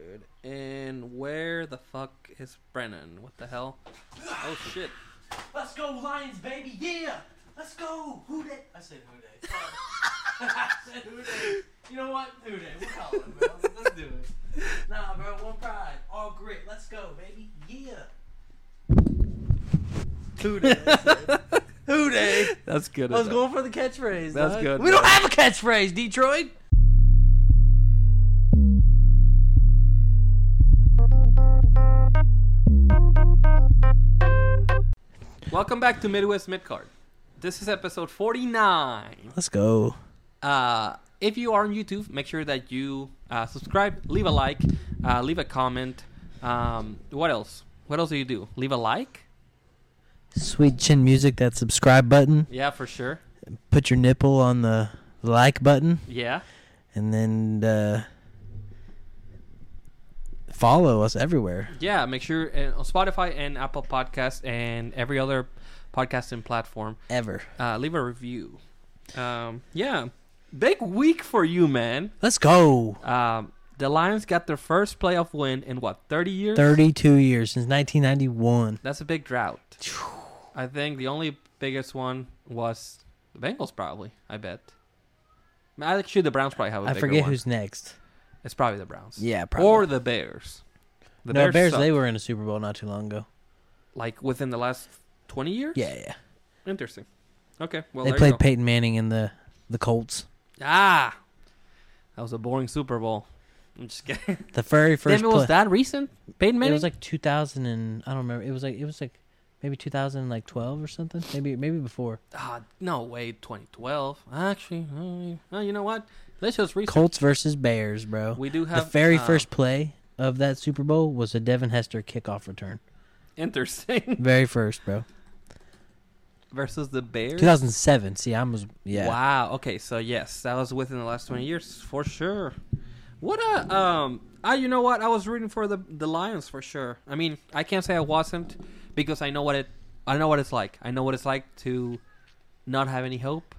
episode. And where the fuck is Brennan? What the hell? Oh shit. Let's go, Lions, baby! Yeah! Let's go! Who day? I said who day. I said who day. You know what? Who day. We'll call it, bro. Let's do it. Nah, bro. One pride. All grit. Let's go, baby. Yeah! Who day? I said. Who day? That's good. I was enough. going for the catchphrase. That's dog. good, We don't bro. have a catchphrase, Detroit! Welcome back to Midwest Midcard. This is episode 49. Let's go. Uh, if you are on YouTube, make sure that you uh, subscribe, leave a like, uh, leave a comment. Um, what else? What else do you do? Leave a like? Sweet chin music, that subscribe button. Yeah, for sure. Put your nipple on the like button. Yeah. and then uh, follow us everywhere. Yeah, make sure and on Spotify and Apple Podcasts and every other podcasting platform, Ever. uh, leave a review. Um, yeah, big week for you, man. Let's go. Um, the Lions got their first playoff win in what thirty years? 32 years since 1991. That's a big drought. I think the only biggest one was the Bengals, probably. I bet. Actually, the Browns probably have. a I bigger forget one. who's next. It's probably the Browns. Yeah, Or the Bears. The no, Bears, they suck. were in a Super Bowl not too long ago. like within the last twenty years. Yeah, yeah. Interesting. Okay. Well, they there you played go. Peyton Manning and the, the Colts. Ah, that was a boring Super Bowl. I'm just kidding. The very first Damn, it was play. that recent. Peyton it Manning. was like 2000 and I don't remember. It was like it was like maybe 2012 or something. Maybe maybe before. Ah, no way. 2012. Actually, uh, well, you know what? Let's just research. Colts versus Bears, bro. We do the have very uh, first play of that Super Bowl was a Devin Hester kickoff return. interesting Very first, bro. versus the Bears. 2007. See, I was yeah. Wow. Okay. So yes, that was within the last 20 years for sure. What a um. I you know what? I was rooting for the the Lions for sure. I mean, I can't say I wasn't because I know what it. I know what it's like. I know what it's like to not have any hope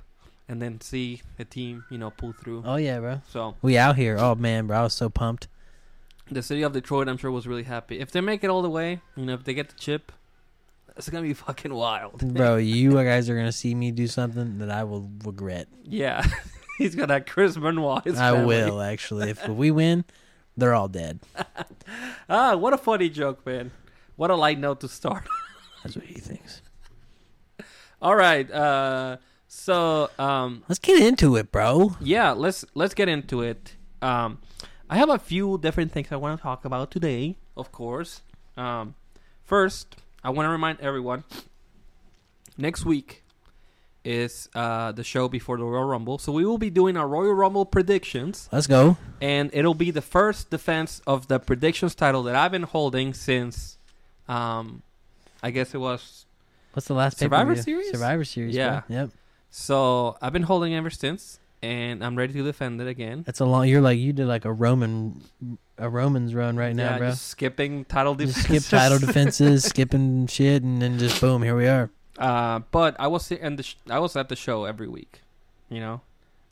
and then see a team you know pull through. Oh yeah, bro. So We out here. Oh man, bro, I was so pumped. the city of Detroit, I'm sure, was really happy. If they make it all the way, you know, if they get the chip, it's gonna be fucking wild. Bro, you guys are gonna see me do something that I will regret. Yeah, he's gonna Chris Benoit. his I family. will actually. If we win, they're all dead. Ah, what a funny joke, man. What a light note to start. That's what he thinks. All right. Uh, so um, Let's get into it, bro. yeah, let's let's get into it. Um, I have a few different things I want to talk about today. Of course. Um, first, I want to remind everyone. Next week is uh, the show before the Royal Rumble, so we will be doing our Royal Rumble predictions, Let's go. and it'll be the first defense of the predictions title that I've been holding since, um, I guess it was What's the last Survivor pay-per-view? Series? Survivor Series. Yeah. Yeah. Yep. So I've been holding ever since, and I'm ready to defend it again. That's a long. You're like you did like a Roman, a Romans run right now, yeah, bro. just skipping title Just defenses. skip title defenses, skipping shit, and then just boom, here we are. Uh, but I was in the sh- I was at the show every week. You know,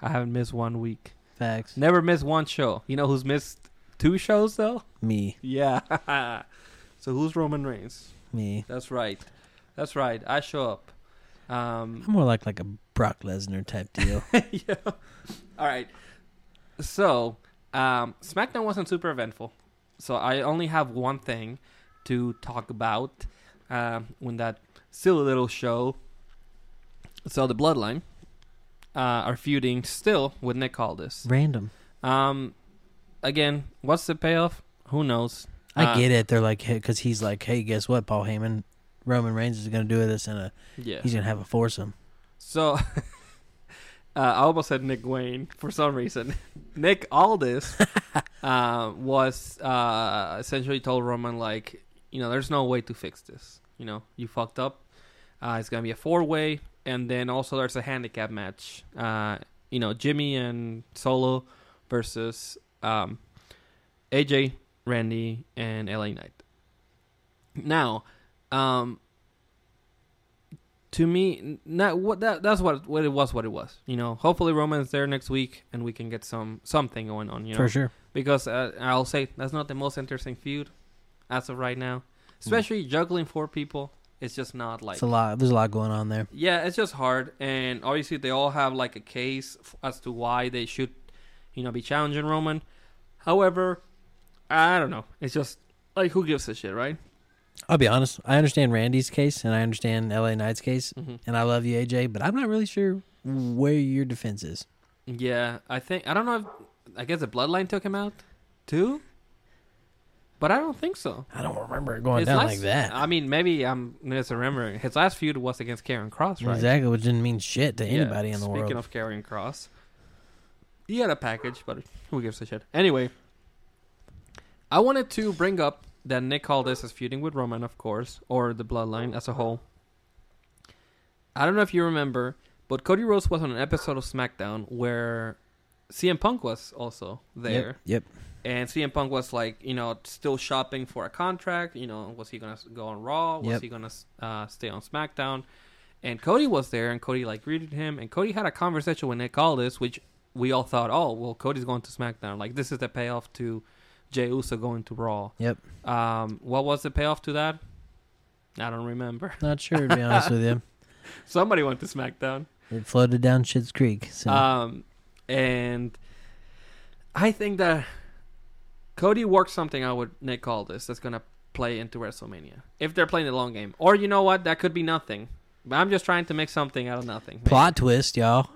I haven't missed one week. Facts. Never missed one show. You know who's missed two shows though? Me, Yeah. so who's Roman Reigns? me. That's right. That's right. I show up. Um, I'm more like like a Brock Lesnar type deal. yeah. All right. So, um, SmackDown wasn't super eventful. So I only have one thing to talk about um, when that silly little show. So the Bloodline uh, are feuding still with Nick Aldis. Random. Um, again, what's the payoff? Who knows? I get it. They're like, because he's like, hey, guess what, Paul Heyman, Roman Reigns is going to do this, and Yeah. he's going to have a foursome. So, uh, I almost said Nick Wayne for some reason. Nick Aldis uh, was uh, essentially told Roman, like, you know, there's no way to fix this. You know, you fucked up. Uh, it's going to be a four way. And then also there's a handicap match. Uh, you know, Jimmy and Solo versus um, AJ, Randy, and LA Knight. Now, um, to me, n- not what that that's what what it was. What it was, you know. Hopefully, Roman's there next week, and we can get some something going on. You know, For sure. because uh, I'll say that's not the most interesting feud as of right now. Mm. Especially juggling four people, it's just not like It's a lot. There's a lot going on there. yeah, it's just hard, and obviously they all have like a case f- as to why they should, you know, be challenging Roman. However, I don't know. It's just like who gives a shit, right? I'll be honest. I understand Randy's case and I understand LA Knight's case, Mm-hmm. and I love you, AJ, but I'm not really sure where your defense is. Yeah, I think I don't know. if I guess the Bloodline took him out too, but I don't think so. I don't remember it going His down last- like that. I mean, maybe I'm misremembering. His last feud was against Karen Cross, right? Exactly, which didn't mean shit to Yeah, anybody in the speaking world. of Karen Cross, he had a package, but who gives a shit? Anyway, I wanted to bring up that Nick Aldis is feuding with Roman, of course, or the Bloodline as a whole. I don't know if you remember, but Cody Rhodes was on an episode of SmackDown where CM Punk was also there Yep. yep. and CM Punk was like, you know, still shopping for a contract. You know, was he gonna s- go on Raw? Was Yep. he gonna uh, stay on SmackDown? And Cody was there, and Cody like greeted him, and Cody had a conversation with Nick Aldis, which we all thought, oh, well, Cody's going to SmackDown. Like this is the payoff to Jey Uso going to Raw. Yep. Um, what was the payoff to that? I don't remember. Not sure, to be honest with you. Somebody went to SmackDown. It floated down Shit's Creek. So Um, and I think that Cody worked something out with Nick Aldis that's gonna play into WrestleMania if they're playing the long game. Or you know what, that could be nothing. But I'm just trying to make something out of nothing. plot twist, y'all.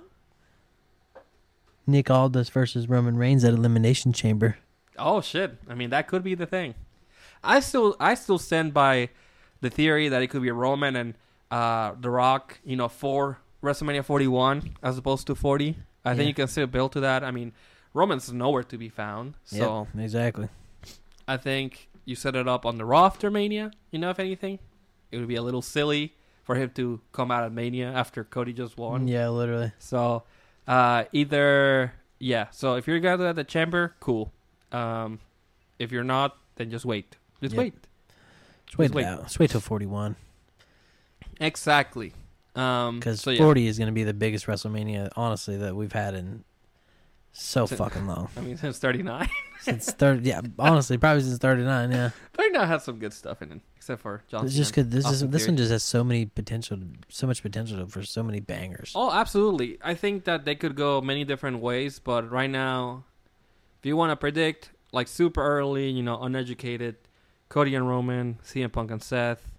Nick Aldis versus Roman Reigns at Elimination Chamber. Oh shit! I mean, that could be the thing. I still, I still stand by the theory that it could be Roman and uh, The Rock. You know, for WrestleMania 41 as opposed to 40. I Yeah. think you can still build to that. I mean, Roman's nowhere to be found. So. So exactly. I think you set it up on the Raw after Mania. You know, if anything, it would be a little silly for him to come out of Mania after Cody just won. Yeah, literally. So uh, either yeah. So if you're guys at the chamber, cool. Um, if you're not, then just wait. Just Yeah. wait. Just wait, Just wait. Mm-hmm. it out. Just wait till 41 Exactly. Um, because so yeah. 40 is going to be the biggest WrestleMania, honestly, that we've had in so fucking long. I mean, since 39. Since 30, yeah, honestly, probably since 39. Yeah, 39 has some good stuff in it, except for John. it's just because this is Austin this Theory. one just has so many potential, so much potential for so many bangers. Oh, absolutely. I think that they could go many different ways, but right now, if you want to predict, like super early, you know, uneducated, Cody and Roman, CM Punk and Seth,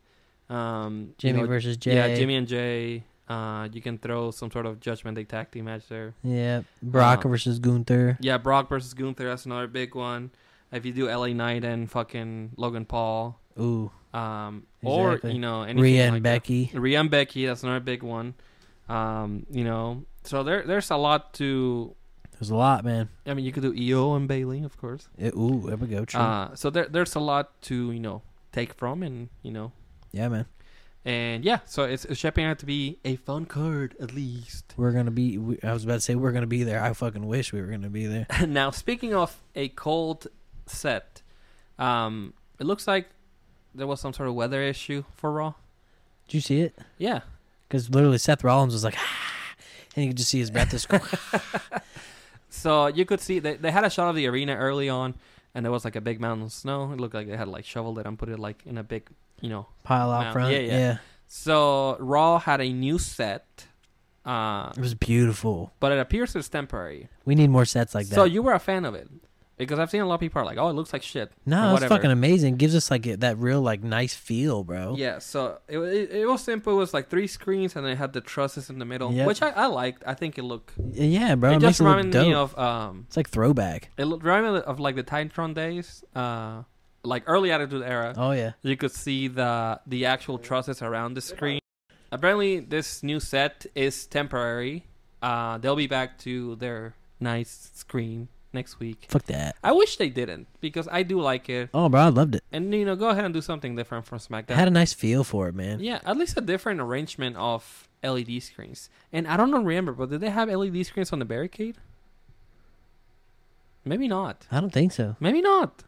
um, you Jimmy know, versus Jay. yeah, Jimmy and Jay. Uh, you can throw some sort of Judgment Day tag team match there. Yeah, Brock Uh, versus Gunther. Yeah, Brock versus Gunther. That's another big one. If you do LA Knight and fucking Logan Paul, Ooh, um, or Exactly. you know, anything Rhea and like that. Becky. Rhea and Becky, that's another big one. Um, you know, so there there's a lot to. There's a lot, man. I mean, you could do EO and Bailey, of course. Eh, ooh, there we go. True. Uh, so there there's a lot to you know take from and you know yeah, man. and yeah. So it's, it's shaping out to be a fun card at least. We're gonna be. We, I was about to say we're gonna be there. I fucking wish we were gonna be there. now speaking of a cold set, um, it looks like there was some sort of weather issue for Raw. Did you see it? Yeah, Because literally Seth Rollins was like, ah, and you could just see his breath just go. So you could see they, they had a shot of the arena early on, and there was like a big mountain of snow. It looked like they had like shoveled it and put it like in a big, you know. pile out Wow. front. Yeah, Yeah, yeah. So Raw had a new set, uh, it was beautiful. but it appears it's temporary. We need more sets like that. So you were a fan of it because I've seen a lot of people are like, "Oh, it looks like shit." or no, it's whatever. fucking amazing. It gives us like that real like nice feel, bro. Yeah, so it, wa- it, it was simple. It was like three screens, and they had the trusses in the middle, Yep. which I, I liked. I think it looked. yeah, bro. It, it makes just it look reminded dope. me of um, it's like throwback. It lo- reminded me of like the Titantron days, uh, like early Attitude Era. Oh yeah, You could see the the actual trusses around the screen. Apparently, this new set is temporary. Uh, they'll be back to their nice screen next week. fuck that. I wish they didn't because I do like it. Oh, bro, I loved it. And you know, go ahead and do something different from It SmackDown. had a nice feel for it, man. yeah, at least a different arrangement of LED screens. And I don't know, remember, but did they have LED screens on the barricade? Maybe not. I don't think so. Maybe not.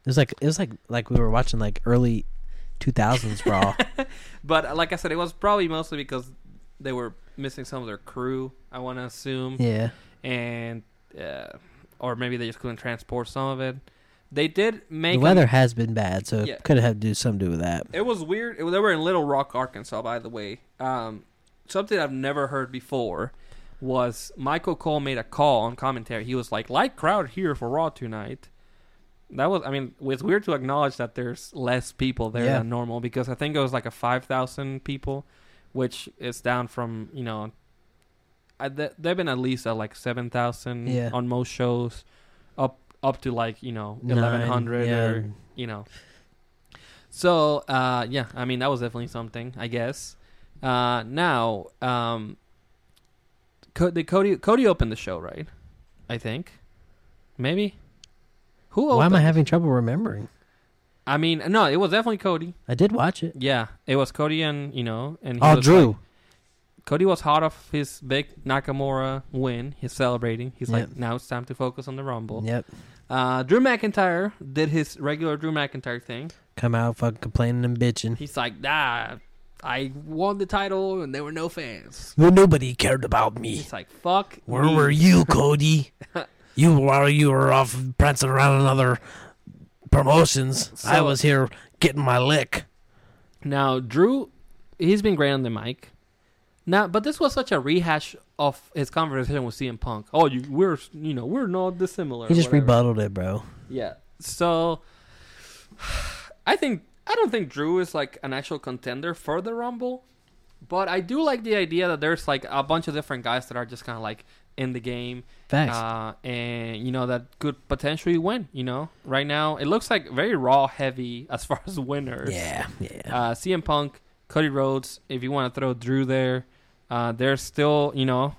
It was like it was like like we were watching like early two thousands raw. But uh, like I said, it was probably mostly because they were missing some of their crew. I want to assume, yeah, and uh, or maybe they just couldn't transport some of it. They did make The a- weather has been bad, so Yeah. it could have to do something to do with that. It was weird. It, they were in Little Rock, Arkansas, by the way. Um, something I've never heard before was Michael Cole made a call on commentary. He was like, "Light crowd here for Raw tonight." That was, I mean, it's weird to acknowledge that there's less people there Yeah. than normal because I think it was like a five thousand people, which is down from you know, I, th- they've been at least at like seven thousand Yeah. on most shows, up up to like you know eleven hundred yeah. or you know. So uh, yeah, I mean that was definitely something, I guess. Uh, now, um, Co- did Cody Cody opened the show, right? I think, maybe. Who? Why am I opened? having trouble remembering? I mean, no, it was definitely Cody. I did watch it. Yeah, it was Cody, and you know, and he Oh, was Drew. like- Cody was hot off his big Nakamura win. He's celebrating. He's like, Yep. now it's time to focus on the Rumble. yep. Uh, Drew McIntyre did his regular Drew McIntyre thing. Come out fucking complaining and bitching. He's like, nah, I won the title and there were no fans. Well, nobody cared about me. He's like, fuck. Where me. were you, Cody? you while you were off prancing around in other promotions. I So- was here getting my lick. Now, Drew, he's been great on the mic. Now, but this was such a rehash of his conversation with CM Punk. Oh, you, we're, you know, we're not dissimilar. He or just whatever. rebutted it, bro. Yeah. So, I think I don't think Drew is like an actual contender for the Rumble, but I do like the idea that there's like a bunch of different guys that are just kind of like in the game Facts. Uh, and you know that could potentially win. You know, right now it looks like very raw heavy as far as winners. yeah, yeah. Uh, CM Punk, Cody Rhodes. If you want to throw Drew there, uh, there's still you know,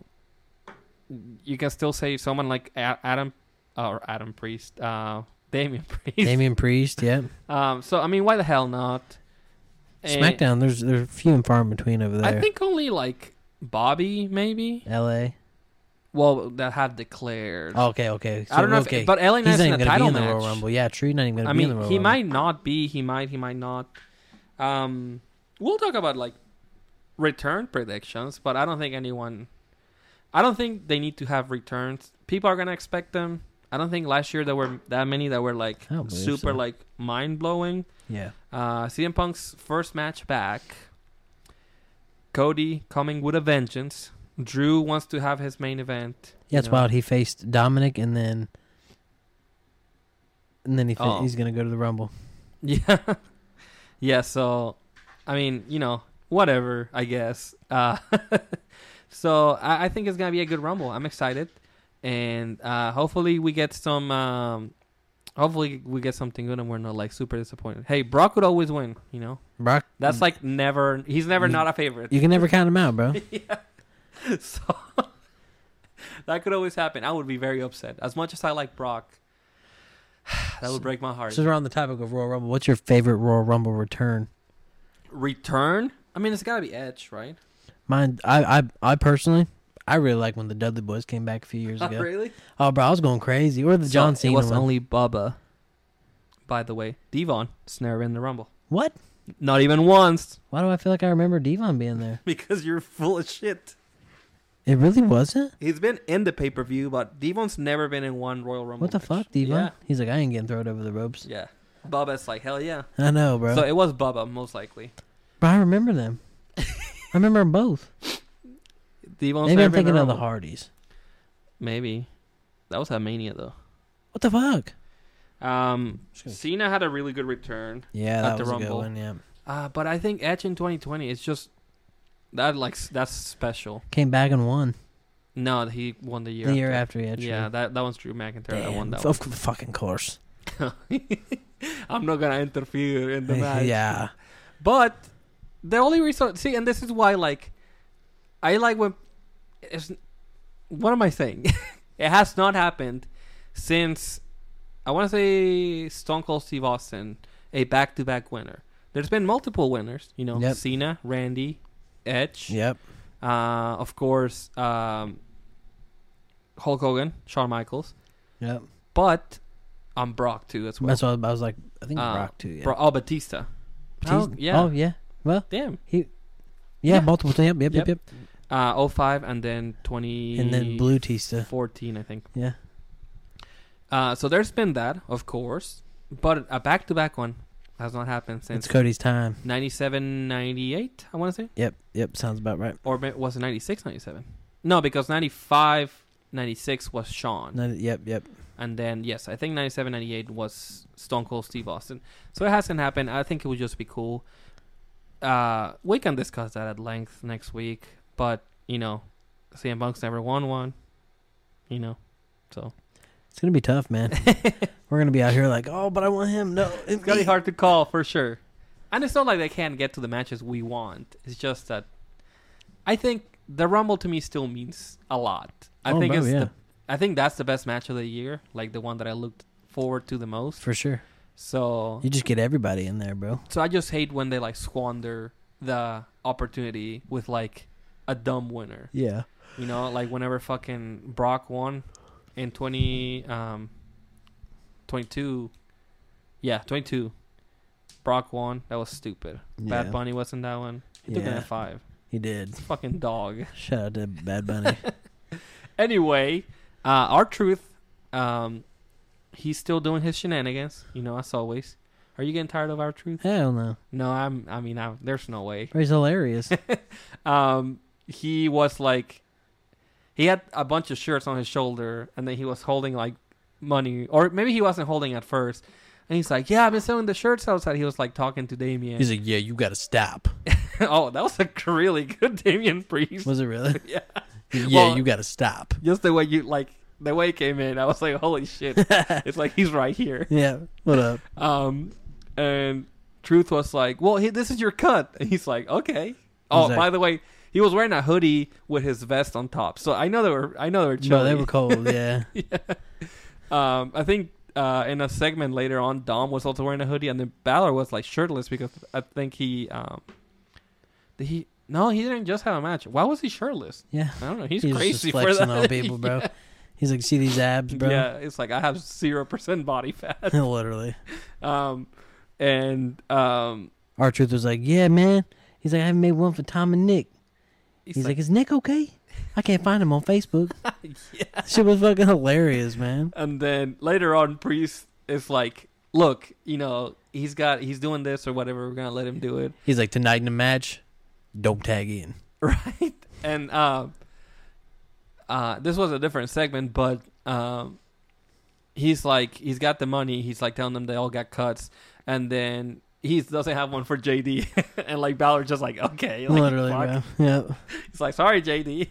you can still say someone like A- Adam or Adam Priest, uh, Damian Priest. Damian Priest, yeah. Um, so I mean, why the hell not? And SmackDown, there's there's few and far in between over there. Eh. I think only like Bobby maybe. LA. Well, that had declared. Oh, okay, okay. I don't know, okay. if, but LA he's Knight's in not even a gonna title be in the Royal match. Rumble. Yeah, true. Not even gonna I be in the mean, Royal he Rumble. might not be. He might. He might not. Um, we'll talk about like return predictions, but I don't think anyone. I don't think they need to have returns. People are gonna expect them. I don't think last year there were that many that were like I don't believe super so. like mind blowing. Yeah. Uh, CM Punk's first match back. Cody coming with a vengeance. Drew wants to have his main event. Yeah, it's you know. wild. He faced Dominic, and then and then he fa- Oh. he's gonna go to the Rumble. Yeah. yeah, so I mean, you know, whatever, I guess. Uh so I, I think it's gonna be a good rumble. I'm excited. And uh hopefully we get some um hopefully we get something good and we're not like super disappointed. Hey, Brock would always win, you know? Brock, That's like never he's never not a favorite. Mm. you can never count him out, bro. so that could always happen. I would be very upset. As much as I like Brock, that would break my heart. Since we're on the topic of Royal Rumble, what's your favorite Royal Rumble return? Return? I mean it's gotta be Edge, right? Mine, I, I, I personally, I really like when the Dudley Boys came back a few years ago. really? Oh, bro, I was going crazy. Or the So John Cena It was one. only Bubba. By the way, Devon snare in the Rumble. what? Not even once, Why do I feel like I remember Devon being there? because you're full of shit. It really wasn't. He's been in the pay per view, but Devon's never been in one Royal Rumble. What the match. fuck, Devon? Yeah, He's like, I ain't getting thrown over the ropes. yeah. Bubba's like hell yeah. I know, bro. So it was Bubba most likely. but I remember them. I remember them both. Devon's Maybe never been in I'm thinking a of the Rumble. Hardys. Maybe that was at Mania though. What the fuck? Um, Sure. Cena had a really good return. Yeah, At that the was a good Rumble. one. Yeah, Uh, but I think Edge in 2020 is just that like s- that's special. came back and won No, he won the year the year after he had. Yeah, that that one's Drew McIntyre that won that of fucking course. I'm not gonna interfere in the match. yeah, But the only reason, see, and this is why, like, I like when. It's, what am I saying? it has not happened since I want to say Stone Cold Steve Austin, a back-to-back winner. There's been multiple winners, you know, Yep. Cena, Randy, Edge, yep. uh, of course, um, Hulk Hogan, Shawn Michaels, Yep. but I'm Brock too as well. That's why I was like, I think Uh, Brock too. Yeah. Bro- oh, Batista. Batista- Oh, yeah. Oh yeah. Well, Damn. he. Yeah, Yeah. multiple times. Yep, yep, Yep. yep. Uh, 05 and then 20. And then Blue Tista. 14, I think. Yeah. Uh, so there's been that, of course, but a back-to-back one has not happened It's since Cody's time. 97, 98, I want to say, Yep, yep, sounds about right. or ma- was it 96, 97? No, because 95, 96 was Sean, None- yep, yep. and then yes, I think 97, 98 was Stone Cold Steve Austin. So it hasn't happened. I think it would just be cool. Uh, we can discuss that at length next week, but you know, CM Punk's never won one, you know, so It's gonna be tough, man. We're gonna be out here like, oh, but I want him. No, it's It's gonna be hard to call for sure. And it's not like they can't get to the matches we want. It's just that I think the Rumble to me still means a lot. I Oh, think no, it's yeah. the, I think that's the best match of the year, like the one that I looked forward to the most. for sure. So You just get everybody in there, bro. so I just hate when they like squander the opportunity with like a dumb winner. Yeah. You know, like whenever fucking Brock won in twenty um twenty two yeah, twenty two. Brock won. That was stupid. Yeah. Bad Bunny wasn't that one. He took an Yeah. F five. He did. Fucking dog. Shout out to Bad Bunny. Anyway, uh our truth, um he's still doing his shenanigans, you know, as always. Are you getting tired of our truth? Hell no. No, I'm I mean I there's no way. He's hilarious. um, he was like, he had a bunch of shirts on his shoulder, and then he was holding like money, or maybe he wasn't holding at first. And he's like, "Yeah, I've been selling the shirts outside." He was like talking to Damien. like, yeah, you gotta stop. oh, that was a really good Damien Priest. Was it really? Yeah. Yeah, Well- you gotta stop. Just the way you like the way he came in, I was like, "Holy shit!" it's like he's right here. Yeah. What up? Um, and Truth was like, "Well, he, this is your cut," and he's like, "Okay." Oh, He's like- by the way, he was wearing a hoodie with his vest on top, so I know they were. I know they were chilly. No, they were cold. Yeah. Um, I think uh, in a segment later on, Dom was also wearing a hoodie, and then Balor was like shirtless because I think he um, did he no, he didn't just have a match. Why was he shirtless? Yeah. I don't know. He's, He was crazy just for flexing that. on people, bro. He's like, see these abs, bro. Yeah, it's like I have zero percent body fat. Literally. Um, and um, Our truth was like, yeah, man. He's like, I haven't made one for Tom and Nick. He's, like, is Nick okay? I can't find him on Facebook. yeah. Shit was fucking hilarious, man. And then later on, Priest is like, "Look, you know, he's got he's doing this or whatever. We're gonna let him do it, He's like, tonight in the match, don't tag in. right?" And um, uh, this was a different segment, but um, he's like, he's got the money. He's like telling them they all got cuts, and then he doesn't have one for JD, and like Balor just like, okay, like, Literally, fuck. bro. Yep. He's like, sorry, JD,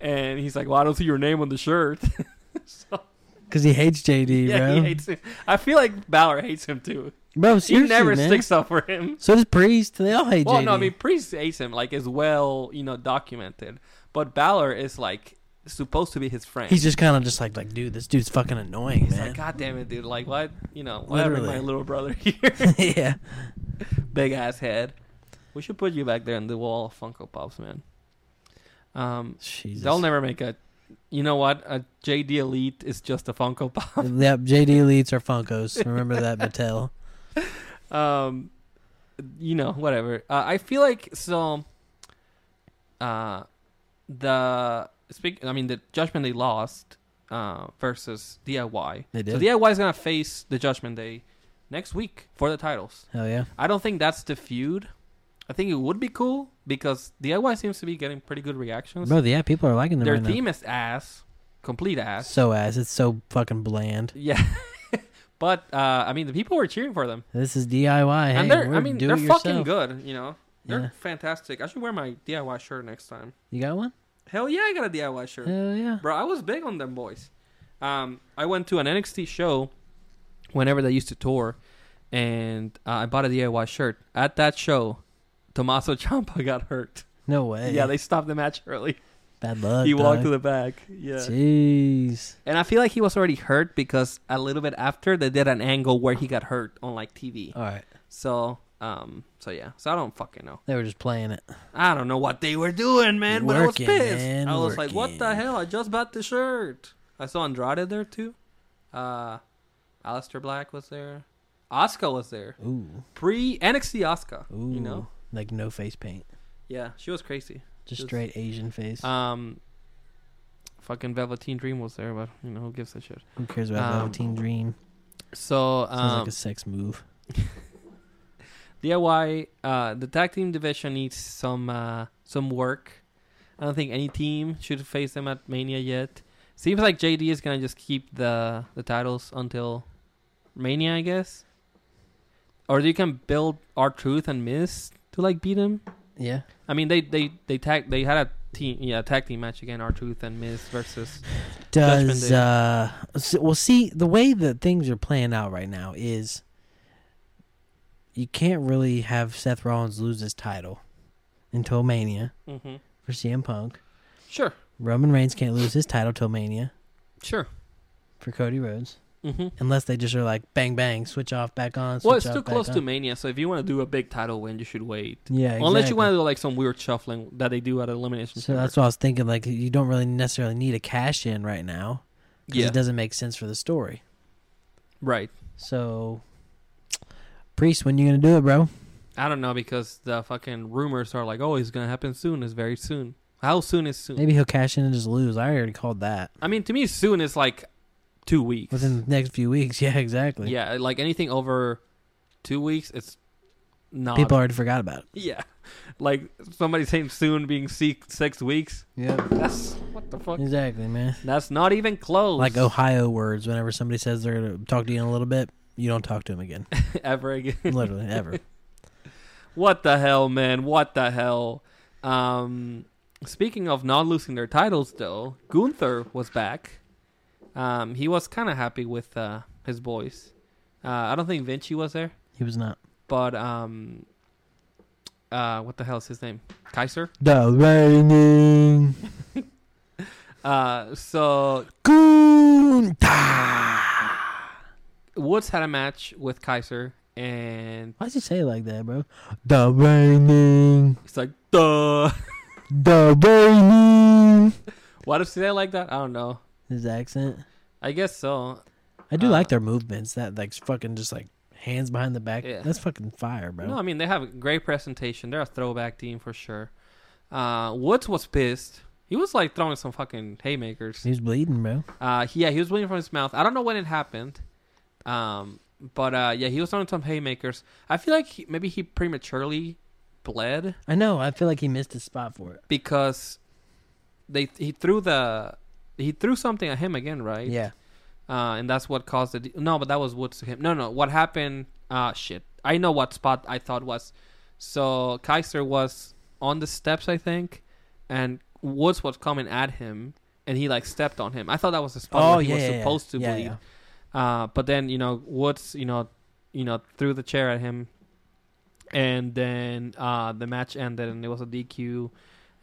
and he's like, well, I don't see your name on the shirt. so, Because he hates JD, yeah, bro. he hates him. I feel like Balor hates him too. bro, He seriously, never man. sticks up for him. So does Priest. They all hate Well, JD. no, I mean Priest hates him like is well, you know, documented. But Balor is like supposed to be his friend. He's just kind of just like, like, dude, this dude's fucking annoying, He's man. like, God damn it, dude! Like, what? You know, whatever, Literally. my little brother here, yeah. big ass head. We should put you back there in the wall of Funko Pops, man. Um, Jesus. they'll never make a. You know what? A JD Elite is just a Funko Pop. Yep, JD elites are Funkos. Remember that, Mattel. um you know whatever uh, i feel like so uh the speak i mean the judgment they lost uh versus diy They so did. diy is gonna face the judgment day next week for the titles Hell yeah. i don't think that's the feud i think it would be cool because diy seems to be getting pretty good reactions Bro, yeah, people are liking them their right theme is ass complete now. ass So ass. It's so fucking bland. yeah but uh i mean the people were cheering for them This is DIY. and hey, they're, we're I mean, do they're it fucking yourself. good. You know, they're Yeah. fantastic. I should wear my DIY shirt next time. You got one? Hell yeah, I got a DIY shirt, Hell yeah. bro. I was big on them boys. Um, I went to an NXT show whenever they used to tour, and uh, I bought a DIY shirt. At that show, Tommaso Ciampa got hurt. No way. Yeah, they stopped the match early. Bad luck. he walked dog. to the back. Yeah. Jeez. And I feel like he was already hurt because a little bit after they did an angle where he got hurt on like TV. All right. So, um, so yeah. So I don't fucking know. They were just playing it. I don't know what they were doing, man. But Working, I was pissed. man, I was like, "What the working. hell? I just bought the shirt." I saw Andrade there too. Uh, Alistair Black was there. Asuka was there. Ooh. Pre NXT Asuka. Ooh. You know? Like no face paint. Yeah, she was crazy. Just Just- straight Asian face. Um, fucking Velveteen Dream was there, but you know who gives a shit. Who cares about Um, Velveteen Dream? So Sounds um, like a sex move. DIY, uh, the tag team division needs some uh, some work. I don't think any team should face them at Mania yet. Seems like JD is gonna just keep the the titles until Mania, I guess. Or you can build our truth and Miz to like beat him. Yeah. I mean, they they they tag they had a team yeah tag team match again. Our truth and Miz versus Judgment Does Day. uh s- well see the way that things are playing out right now is you can't really have Seth Rollins lose his title until Mania mm-hmm. for CM Punk. sure Roman Reigns can't lose his title till Mania sure. for Cody Rhodes. Mm-hmm. Unless they just are like bang bang, switch off, back on. Switch Well, it's off, too back close to on. Mania, so if you want to do a big title win, you should wait. Yeah, Unless you exactly. want to do like some weird shuffling that they do at elimination. So Chamber. that's what I was thinking. Like, you don't really necessarily need a cash in right now. 'cause yeah, It doesn't make sense for the story. right. So, Priest, when you going to do it, bro? I don't know because the fucking rumors are like, oh, it's gonna happen soon. It's very soon. How soon is soon? Maybe he'll cash in and just lose. I already called that. I mean, to me, soon is like two weeks. Within the next few weeks. Yeah, exactly. yeah, like anything over two weeks, it's not. People already forgot about it. yeah, like somebody saying soon being se- six weeks. Yeah. That's what the fuck. Exactly, man. That's not even close. Like oh. Ohio words. Whenever somebody says they're going to talk to you in a little bit, you don't talk to them again. ever again. Literally, ever. What the hell, man? What the hell? Um, speaking of not losing their titles, though, Gunther was back. Um, he was kind of happy with uh, his boys. Uh, I don't think Vinci was there, He was not. but um, uh, what the hell is his name? Kaiser. The reigning Uh, so Gunther. Woods had a match with Kaiser, and Why does he say it like that, bro? The reigning, it's like, duh. the reigning. Why does he say it like that? I don't know. His accent. I guess so. I do Uh, like their movements. That like fucking just like hands behind the back. Yeah. That's fucking fire, bro. No, I mean they have a great presentation. They're a throwback team for sure. Uh, Woods was pissed. He was like throwing some fucking haymakers. He's bleeding, bro. Uh, he- yeah, he was bleeding from his mouth. I don't know when it happened, um, but uh, yeah, he was throwing some haymakers. I feel like he, maybe he prematurely bled I know. I feel like he missed his spot for it. because they he threw the he threw something at him again, right? Yeah. uh, and that's what caused it. No, but that was Woods to him. No, no, what happened? Ah, shit. I know what spot I thought was. So Kaiser was on the steps, I think, and Woods was coming at him, and he like stepped on him. I thought that was the spot Oh where he yeah. was yeah, yeah. supposed to yeah, bleed. yeah. Uh, but then you know Woods, you know, you know, threw the chair at him, and then uh, the match ended, and it was a DQ.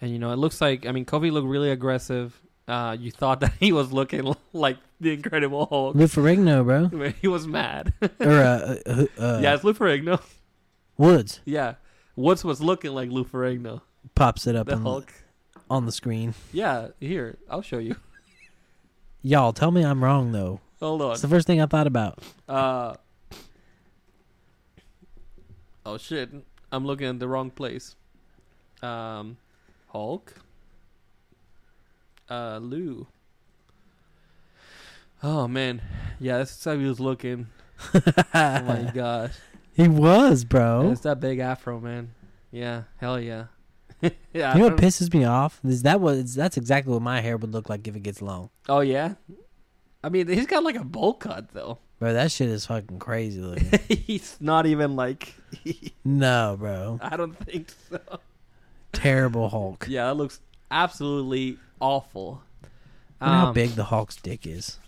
And you know, it looks like I mean, Kofi looked really aggressive. Uh, you thought that he was looking like the Incredible Hulk. Lou Ferrigno, bro, when He was mad. or uh, uh, uh yeah, it's Lou Ferrigno. Woods Yeah, Woods was looking like Lou Ferrigno, pops it up the on the, Hulk. on the screen. Yeah, here I'll show you. Y'all tell me I'm wrong though. Hold on. It's the first thing I thought about. Uh, oh shit! I'm looking at the wrong place. Um, Hulk. Uh, Lou. Oh man, yeah, that's how he was looking. Oh my gosh, He was, bro. And it's that big afro, man. Yeah, hell yeah. yeah. I You know what don't- pisses me off is that what is- that's exactly what my hair would look like if it gets long, oh yeah. I mean, he's got like a bowl cut though. bro. That shit is fucking crazy looking. he's not even like. no, bro, I don't think so. terrible Hulk. Yeah, that looks absolutely awful. I wonder how Um, big the Hulk's dick is.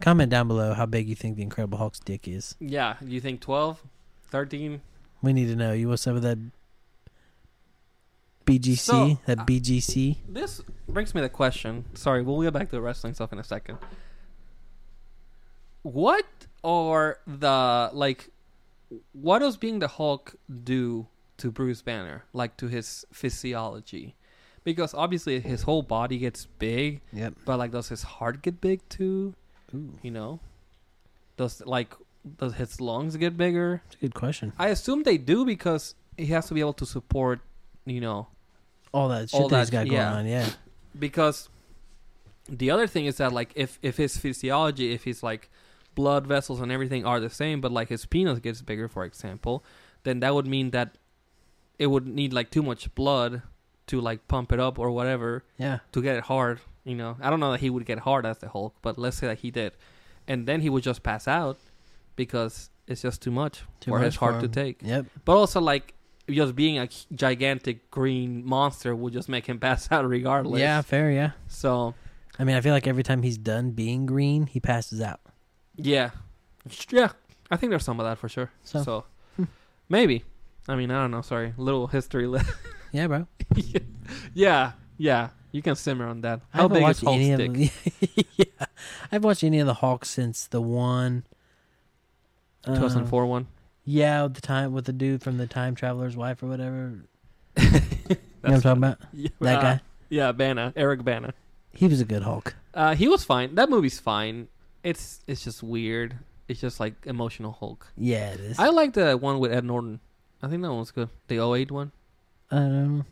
Comment down below how big you think the Incredible Hulk's dick is. Yeah, you think 12, 13? We need to know. You want some of that BGC? So, that uh, BGC? This brings me to the question. Sorry, we'll get back to the wrestling stuff in a second. What are the like what does being the Hulk do to Bruce Banner, like to his physiology? Because obviously his whole body gets big, Yep. but like does his heart get big too? Ooh, You know? Does like does his lungs get bigger? that's a good question. I assume they do because he has to be able to support, you know, All that shit All that he's that- got yeah. going on, yeah. because the other thing is that like if if his physiology, if his like blood vessels and everything are the same, but like his penis gets bigger, for example, then that would mean that it would need like too much blood to like pump it up or whatever Yeah. to get it hard. You know, I don't know that he would get hard as the Hulk, but let's say that he did, and then he would just pass out because it's just too much Too for his much for heart to him. take. Yep. But also, like, just being a gigantic green monster would just make him pass out regardless. Yeah, fair, yeah. So, I mean, I feel like every time he's done being green, he passes out. yeah. Yeah. I think there's some of that for sure. So, So. Hmm. maybe. I mean, I don't know. Sorry. Little history lesson. Yeah, bro. yeah. Yeah. You can simmer on that. I How haven't big is watched Hulk any stick? of the, Yeah. I've watched any of the Hulk since the one uh, 2004 one. Yeah, with the time with the dude from the time traveler's wife or whatever. You know That's- what I'm talking about? yeah, That uh, guy. Yeah, Bana. Eric Bana. He was a good Hulk. Uh, he was fine. That movie's fine. It's it's just weird. It's just like emotional Hulk. Yeah, it is. I like the one with Ed Norton. I think that one's good. The 08 one. I don't know.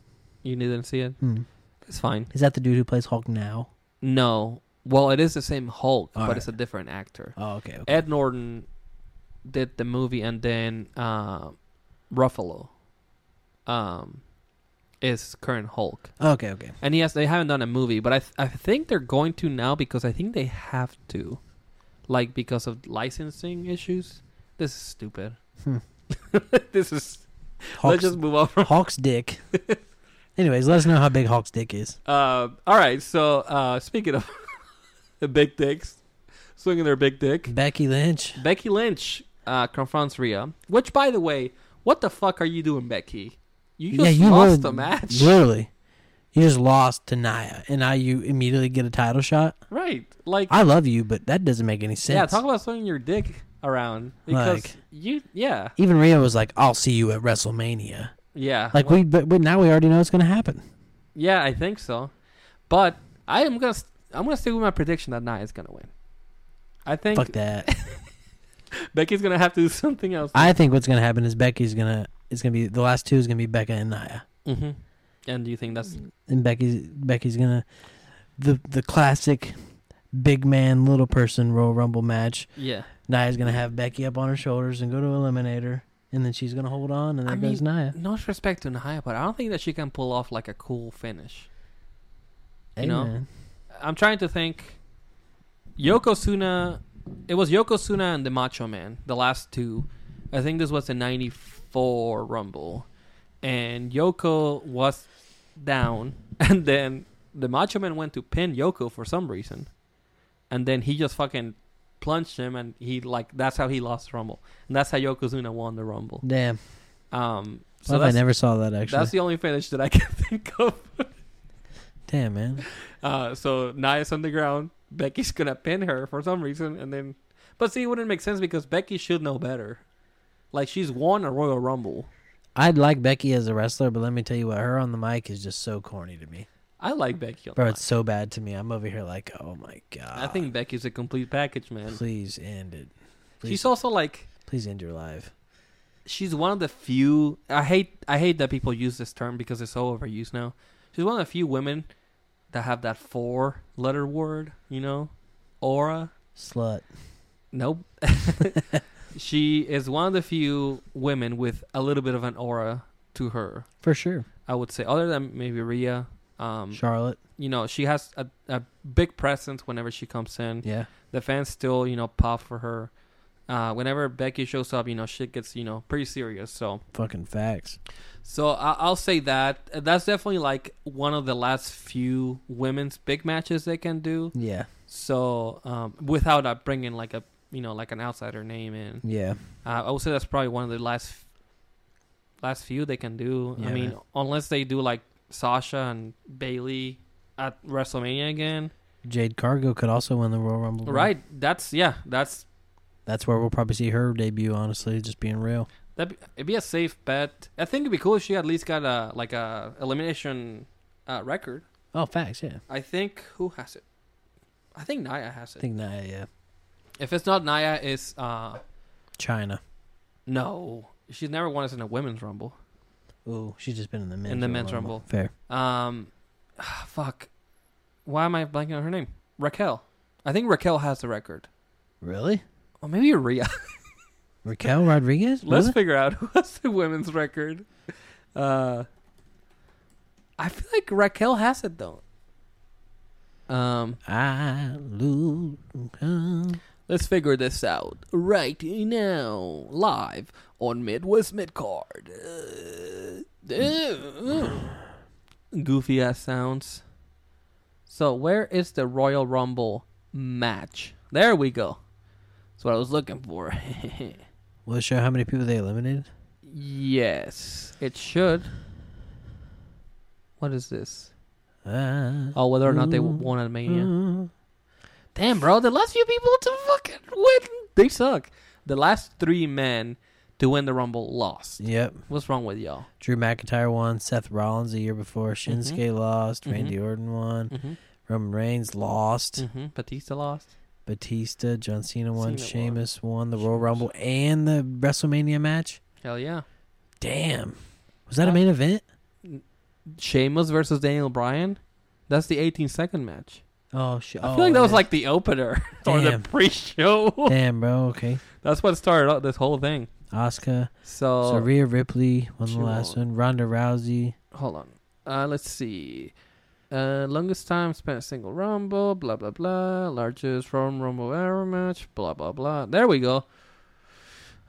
You didn't see it. Um, Hmm. It's fine. Is that the dude who plays Hulk now? No. Well, it is the same Hulk, All but right. it's a different actor. Oh, okay. okay. Ed Norton did the movie, and then uh, Ruffalo um, is current Hulk. Okay, okay. And yes, they haven't done a movie, but I th- I think they're going to now because I think they have to, like because of licensing issues. This is stupid. Hmm. this is. Let's Hulk's, just move on from. Hulk's dick. Anyways, let us know how big Hulk's dick is. Uh, all right. So uh, speaking of the big dicks, swinging their big dick. Becky Lynch. Becky Lynch uh, confronts Rhea. Which, by the way, what the fuck are you doing, Becky? You just lost were- a match, Literally. You just lost to Naya, and now you immediately get a title shot. right? Like, I love you, but that doesn't make any sense. yeah, talk about swinging your dick around because Like- you, yeah, Even Rhea was like, "I'll see you at WrestleMania." yeah, Like we, but, but now we already know it's gonna happen. yeah, I think so. But I am gonna, st- I'm gonna stick with my prediction that Nia is gonna win. I think Fuck that. Becky's gonna have to do something else, I think what's gonna happen is Becky's gonna. It's gonna be the last two is gonna be Becca and Naya, mm-hmm. and do you think that's and Becky's Becky's gonna the the classic big man little person Royal Rumble match. yeah? Naya's gonna have Becky up on her shoulders and go to Eliminator, and then she's gonna hold on, and there I goes mean- Naya. No disrespect to Nia, but I don't think that she can pull off like a cool finish. Hey, you know, man. I'm trying to think. Yokozuna, it was Yokozuna and the Macho Man, the last two. I think this was the '94 Rumble, and Yoko was down, and then the Macho Man went to pin Yoko for some reason, and then he just fucking plunged him, and he like that's how he lost the Rumble, and that's how Yokozuna won the Rumble. Damn. Um, so So I that's never saw that actually. that's the only finish that I can think of. Damn man. Uh, so Naya's on the ground. Becky's gonna pin her for some reason, and then, but see, it wouldn't make sense because Becky should know better. Like she's won a Royal Rumble. I'd like Becky as a wrestler, but let me tell you what, her on the mic is just so corny to me. I like Becky. A Bro, lot. it's so bad to me. I'm over here like, oh my god. Oh I think Becky's a complete package, man. Please end it. Please, She's also like please end your life. she's one of the few. I hate I hate that people use this term because it's so overused now. She's one of the few women that have that four letter word, you know, aura. Slut. Nope. she is one of the few women with a little bit of an aura to her. For sure. I would say, other than maybe Rhea. Um, Charlotte. You know, she has a, a big presence whenever she comes in. Yeah. The fans still, you know, pop for her. Uh, whenever Becky shows up, you know, shit gets, you know, pretty serious. So, Fucking facts. so I- I'll say that that's definitely like one of the last few women's big matches they can do. Yeah. So, um, without uh, bringing like a, you know, like an outsider name in. Yeah. Uh, I would say that's probably one of the last last few they can do. I Yeah, mean, man. unless they do like Sasha and Bailey at WrestleMania again, Jade Cargo could also win the Royal Rumble. bro. right? That's yeah, that's That's where we'll probably see her debut, honestly, just being real. that. would It'd be a safe bet. I think it'd be cool if she at least got a like a elimination uh, record. Oh, facts, yeah. I think who has it? I think Naya has I it. think Naya, yeah. if it's not Naya, it's uh China. no. She's never won us in a women's rumble. Ooh, she's just been in the men's the men's Rumble. Fair. Um, fuck. Why ah, am I blanking on her name? Raquel. I think Raquel has the record. Really? Or maybe Rhea. Raquel Rodriguez? Let's Really? figure out who has the women's record. Uh, I feel like Raquel has it though. Um, I lose. let's figure this out right now, live on Midwest Midcard. Uh, goofy ass sounds. So where is the Royal Rumble match? There we go. That's what I was looking for. Will it show how many people they eliminated? Yes, it should. What is this? I Oh, whether or not they w- won at Mania. Damn, bro, the last few people to fucking win, they suck. The last three men to win the Rumble lost. Yep. What's wrong with y'all? Drew McIntyre won. Seth Rollins the year before. Shinsuke lost. Randy Orton won. Mhm. Roman Reigns lost. hmm Batista lost. Batista, John Cena Cena won. won. Sheamus won the Royal Rumble and the WrestleMania match. Hell yeah. Damn. Was that a Uh, main event? Sheamus versus Daniel Bryan. That's the 18 second match. Oh, shit. I feel like that was like the opener or the Damn. pre show. Damn, bro. Okay. That's what started out this whole thing. Oscar. So, So Rhea Ripley won she the last won. one. Ronda Rousey. hold on. Uh, let's see. Uh, longest time spent a single rumble, blah blah blah. Largest Royal Rumble ever match, blah blah blah. There we go.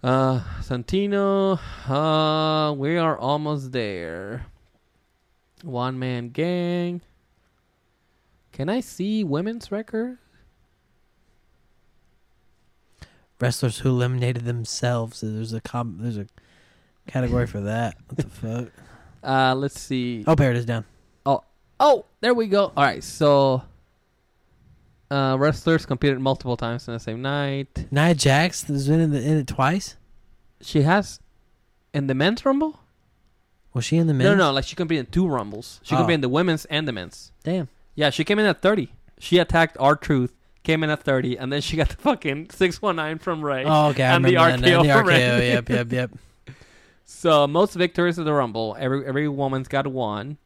Uh, Santino. Uh, we are almost there. One man gang. Can I see women's record? Wrestlers who eliminated themselves. There's a com- there's a category for that. What the fuck? Uh, let's see. Oh, Barrett is down. Oh, there we go. All right, so uh, wrestlers competed multiple times in the same night. Nia Jax has been in, the, in it twice. She has in the men's rumble. Was she in the men's? No, no, like she competed in two rumbles. She Oh. competed in the women's and the men's. Damn. Yeah, she came in at thirty. She attacked our truth. Came in at thirty, and then she got the fucking six one nine from Ray. Oh, okay. I And the remember that RKO now. The for RKO. Randy. Yep, yep, yep. So most victories of the rumble. Every every woman's got one.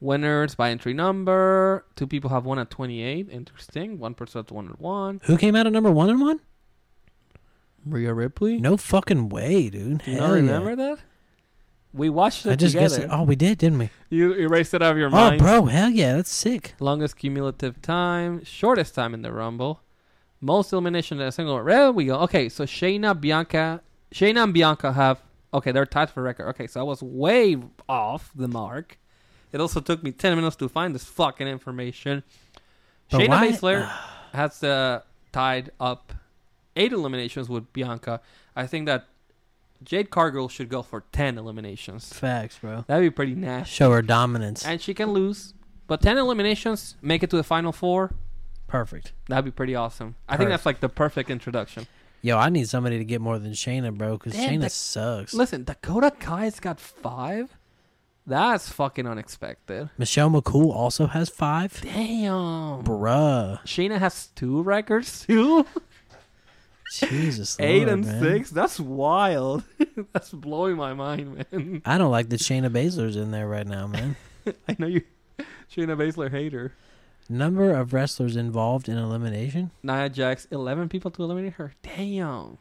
Winners by entry number. Two people have one at twenty eight. Interesting. One person at one at one. Who came out at number one and one? Rhea Ripley. No fucking way, dude. Do you Hell not yeah. remember that? We watched it I just guessed together. it. Oh, we did, didn't we? You erased it out of your Oh, mind. bro. Hell yeah. That's sick. Longest cumulative time, shortest time in the Rumble, most elimination in a single. There we go. Okay, so Shayna, Bianca, Shayna and Bianca have. Okay, they're tied for record. Okay, so I was way off the mark. It also took me ten minutes to find this fucking information. But Shayna why- Baszler has uh, tied up eight eliminations with Bianca. I think that Jade Cargill should go for ten eliminations. Facts, bro. That'd be pretty nasty Show her dominance. and she can lose. But ten eliminations make it to the final four. Perfect. That'd be pretty awesome. I think that's like the perfect introduction. Yo, I need somebody to get more than Shayna, bro, because Damn, Shayna that- sucks. Listen, Dakota Kai's got five. That's fucking unexpected. Michelle McCool also has five. Damn. Bruh. Shayna has two records too. Jesus. Eight Lord, and man. six. That's wild. that's blowing my mind, man. I don't like that Shayna Baszler's in there right now, man. I know you, Shayna Baszler hater. Number of wrestlers involved in elimination? Nia Jax, eleven people to eliminate her. Damn.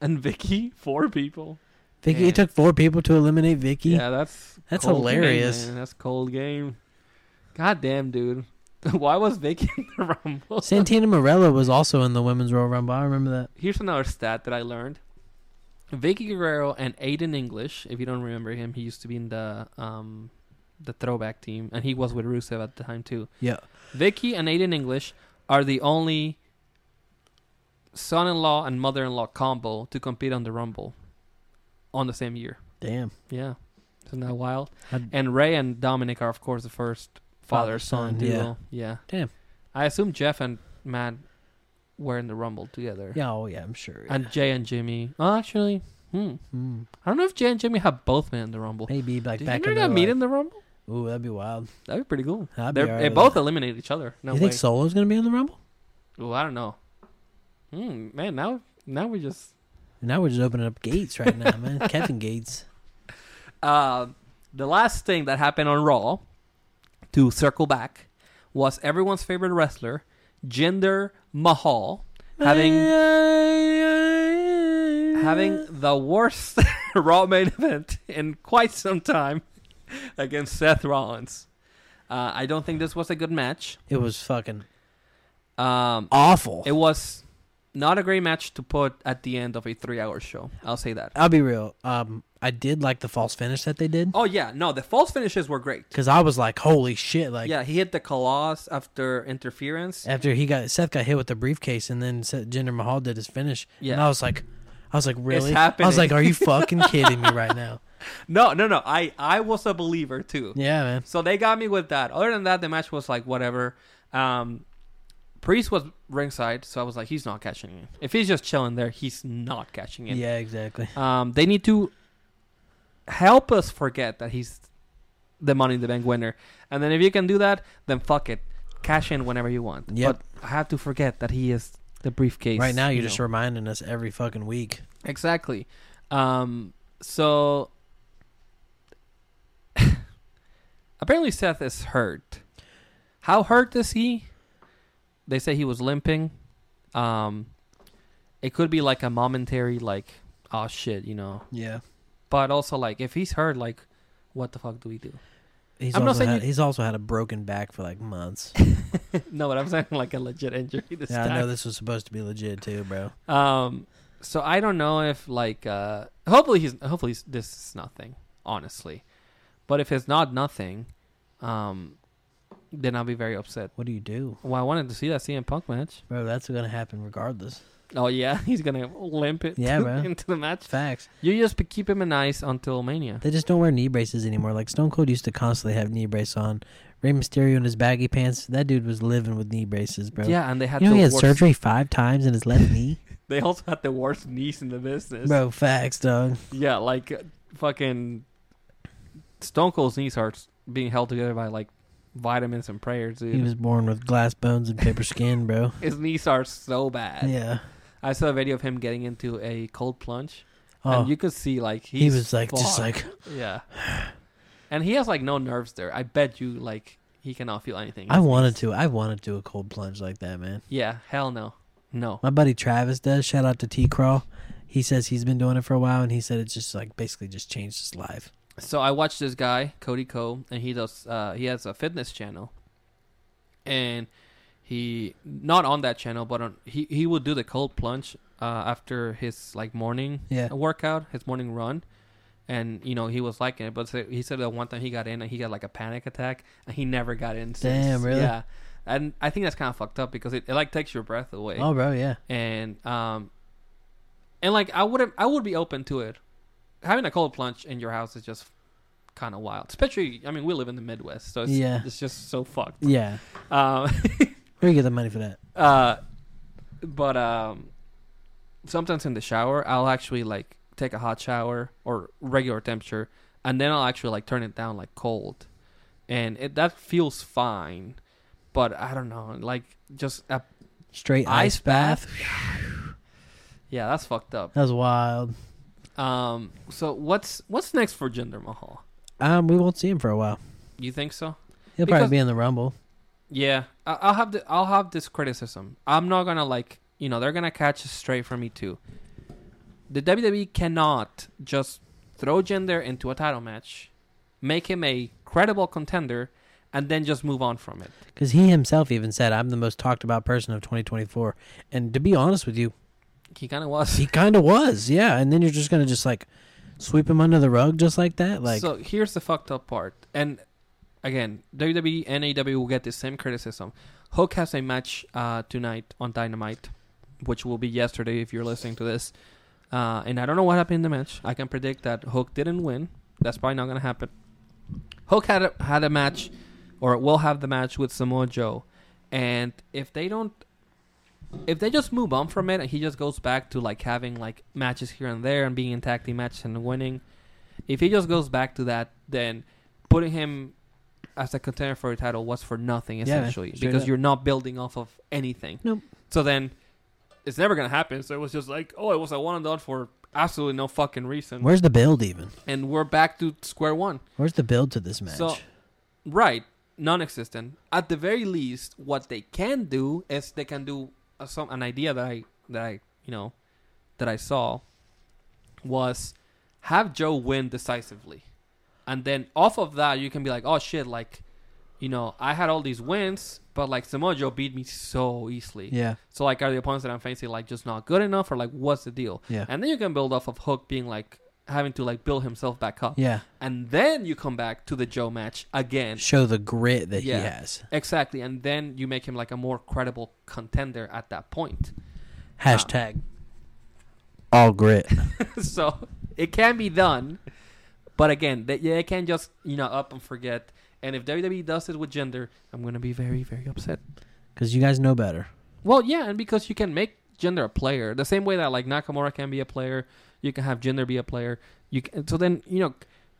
And Vicky, four people. Vicky, Man. it took four people to eliminate Vicky. Yeah, that's That's cold game, hilarious. man. That's cold game. God damn, dude. Why was Vicky in the Rumble? Santina Morella was also in the Women's Royal Rumble. I remember that. Here's another stat that I learned. Vicky Guerrero and Aiden English, if you don't remember him, he used to be in the um the throwback team and he was with Rusev at the time too. Yeah. Vicky and Aiden English are the only son-in-law and mother-in-law combo to compete on the Rumble on the same year. Damn. Yeah. Isn't that wild? I'd- And Ray and Dominic are, of course, the first father son Father-son, duo. Yeah. Damn. I assume Jeff and Matt were in the Rumble together. Yeah, oh, yeah, I'm sure. yeah. And Jay and Jimmy. Oh, actually, hmm. Hmm. I don't know if Jay and Jimmy have both been in the Rumble. Maybe like Did back you in ever the meet like- in the Rumble? Ooh, that'd be wild. That'd be pretty cool. That'd be They're- alright They with both that. eliminate each other. No you way. think Solo's gonna be in the Rumble? Ooh, I don't know. Hmm, man, now now we just Now we're just opening up gates right now, man. Kevin Gates. uh, the last thing that happened on Raw to circle back was everyone's favorite wrestler Jinder Mahal having having the worst Raw main event in quite some time against Seth Rollins. Uh, I don't think this was a good match. It was fucking Um, awful. it was not a great match to put at the end of a three-hour show. I'll say that. I'll be real. Um, I did like the false finish that they did Oh yeah, no, the false finishes were great. because I was like, holy shit! Like Yeah, he hit the Colossus after interference. after he got Seth got hit with the briefcase, and then Seth, Jinder Mahal did his finish. Yeah. and I was like, I was like, really? I happening. was like, are you fucking kidding me right now? No, no, no. I I was a believer too. Yeah, man. So they got me with that. Other than that, the match was like whatever. Um, Priest was ringside, so I was like, he's not catching in. If he's just chilling there, he's not catching in. Yeah, exactly. Um, they need to help us forget that he's the Money in the Bank winner. And then if you can do that, then fuck it, cash in whenever you want. Yep. But I have to forget that he is the briefcase. Right now, you're you just know. reminding us every fucking week. Exactly. Um, so apparently Seth is hurt. How hurt is he? They say he was limping. Um, it could be like a momentary, like, oh shit, you know. Yeah. But also, like, if he's hurt, like, what the fuck do we do? He's I'm not also saying had, you- he's also had a broken back for like months. no, but I'm saying like a legit injury this yeah, I know time. this was supposed to be legit too, bro. Um, so I don't know if like uh, hopefully he's hopefully he's- this is nothing, honestly. But if it's not nothing, um, then I'll be very upset. What do you do, Well, I wanted to see that CM Punk match. bro? That's gonna happen regardless. Oh yeah, he's gonna limp it Yeah, to- bro. into the match. Facts. You just be- keep him in ice until Mania. They just don't wear knee braces anymore. Like Stone Cold used to constantly have knee brace on. Rey Mysterio in his baggy pants. That dude was living with knee braces, bro. Yeah, and they had You know the he had worst, surgery five times in his left knee, They also had the worst knees in the business. bro. Facts, dog. Yeah, like uh, fucking Stone Cold's knees are s- being held together by like vitamins and prayers, dude. He was born with glass bones and paper skin, bro. His knees are so bad. Yeah. I saw a video of him getting into a cold plunge, Oh, and you could see like he's he was like just fucked. like yeah, and he has like no nerves there. I bet you like he cannot feel anything. I wanted to. I wanted to do a cold plunge like that, man. yeah, hell no, no. My buddy Travis does. Shout out to T Crawl. He says he's been doing it for a while, and he said it's just like basically just changed his life. So I watched this guy Cody Co, and he does uh, he has a fitness channel, and he not on that channel, but on he he would do the cold plunge uh, after his like morning Yeah. workout, his morning run, and you know he was liking it. But so- he said that one time he got in and he got like a panic attack, and he never got in. Since. Damn, really? Yeah, and I think that's kind of fucked up because it, it like takes your breath away, Oh, bro, yeah. and um, and like I would I would be open to it. Having a cold plunge in your house is just kind of wild, especially. I mean, we live in the Midwest, so it's, Yeah. it's just so fucked. Yeah. Um, Where you get the money for that? Uh, but um, sometimes in the shower, I'll actually like take a hot shower or regular temperature, and then I'll actually like turn it down like cold, and it, that feels fine. But I don't know, like just uh, a, Straight ice, Ice bath. yeah, that's fucked up. That was wild. Um, so what's what's next for Jinder Mahal? Um, we won't see him for a while. You think so? He'll Because- probably be in the Rumble. Yeah, I- I'll have the I'll have this criticism. I'm not gonna like you know they're gonna catch straight from me too. The WWE cannot just throw Jinder into a title match, make him a credible contender, and then just move on from it. Because he himself even said, I'm the most talked about person of 2024. And to be honest with you, He kind of was. he kind of was. Yeah. And then you're just going to just like sweep him under the rug just like that. Like, so here's the fucked up part, and again, WWE and AEW will get the same criticism. Hook has a match uh, tonight on Dynamite, which will be yesterday if you're listening to this. Uh, and I don't know what happened in the match. I can predict that Hook didn't win. That's probably not gonna happen. Hook had a, had a match, or will have the match with Samoa Joe, and if they don't, if they just move on from it and he just goes back to like having like matches here and there and being in tag team matches and winning, if he just goes back to that, then putting him as a contender for a title was for nothing Yeah, man. essentially Straight because up. you're not building off of anything. Nope. So then, it's never gonna happen. So it was just like, oh, it was a one and done for absolutely no fucking reason, where's the build even? and we're back to square one. Where's the build to this match? So, right non-existent. At the very least, what they can do is they can do a, some an idea that I that I you know that I saw was have Joe win decisively, and then off of that you can be like, oh shit, like you know I had all these wins, but like Samoa Joe beat me so easily. Yeah. So like, are the opponents that I'm facing like just not good enough, or like what's the deal? Yeah. And then you can build off of Hook being like having to like build himself back up. Yeah. And then you come back to the Joe match again. Show the grit that Yeah. he has. Exactly, and then you make him like a more credible contender at that point. Hashtag all grit. so it can be done, but again, they, they can't just you know up and forget. And if WWE does it with gender, I'm gonna be very very upset. Because you guys know better. Well, yeah, and because you can make gender a player the same way that like Nakamura can be a player, you can have gender be a player. You can, so then you know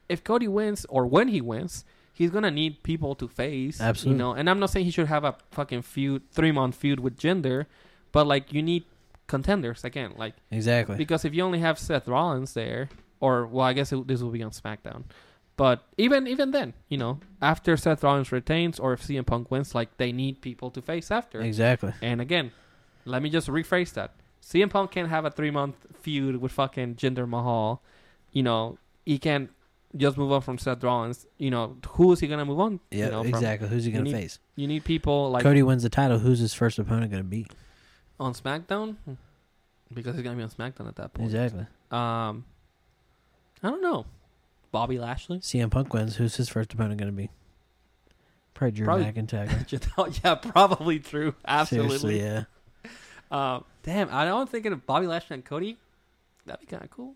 if Cody wins or when he wins, he's gonna need people to face. Absolutely. You know, and I'm not saying he should have a fucking feud, three month feud with gender, but like you need contenders again, like Exactly. because if you only have Seth Rollins there, or well, I guess it, this will be on SmackDown. But even even then, you know, after Seth Rollins retains or if CM Punk wins, like they need people to face after. Exactly. And again, let me just rephrase that. CM Punk can have a three month feud with fucking Jinder Mahal. You know, he can just move on from Seth Rollins. You know, who is he gonna move on? Yeah, you know, from? exactly. Who's he you going to need- face? You need people like Cody wins the title. Who's his first opponent going to be? on SmackDown because he's gonna be on SmackDown at that point. Exactly. Um, I don't know. Bobby Lashley. CM Punk wins. Who's his first opponent going to be? Probably Drew Probably- McIntyre. oh, yeah, probably true. Seriously, Absolutely. yeah. Um, damn, I know I'm thinking of Bobby Lashley and Cody. That'd be kind of cool.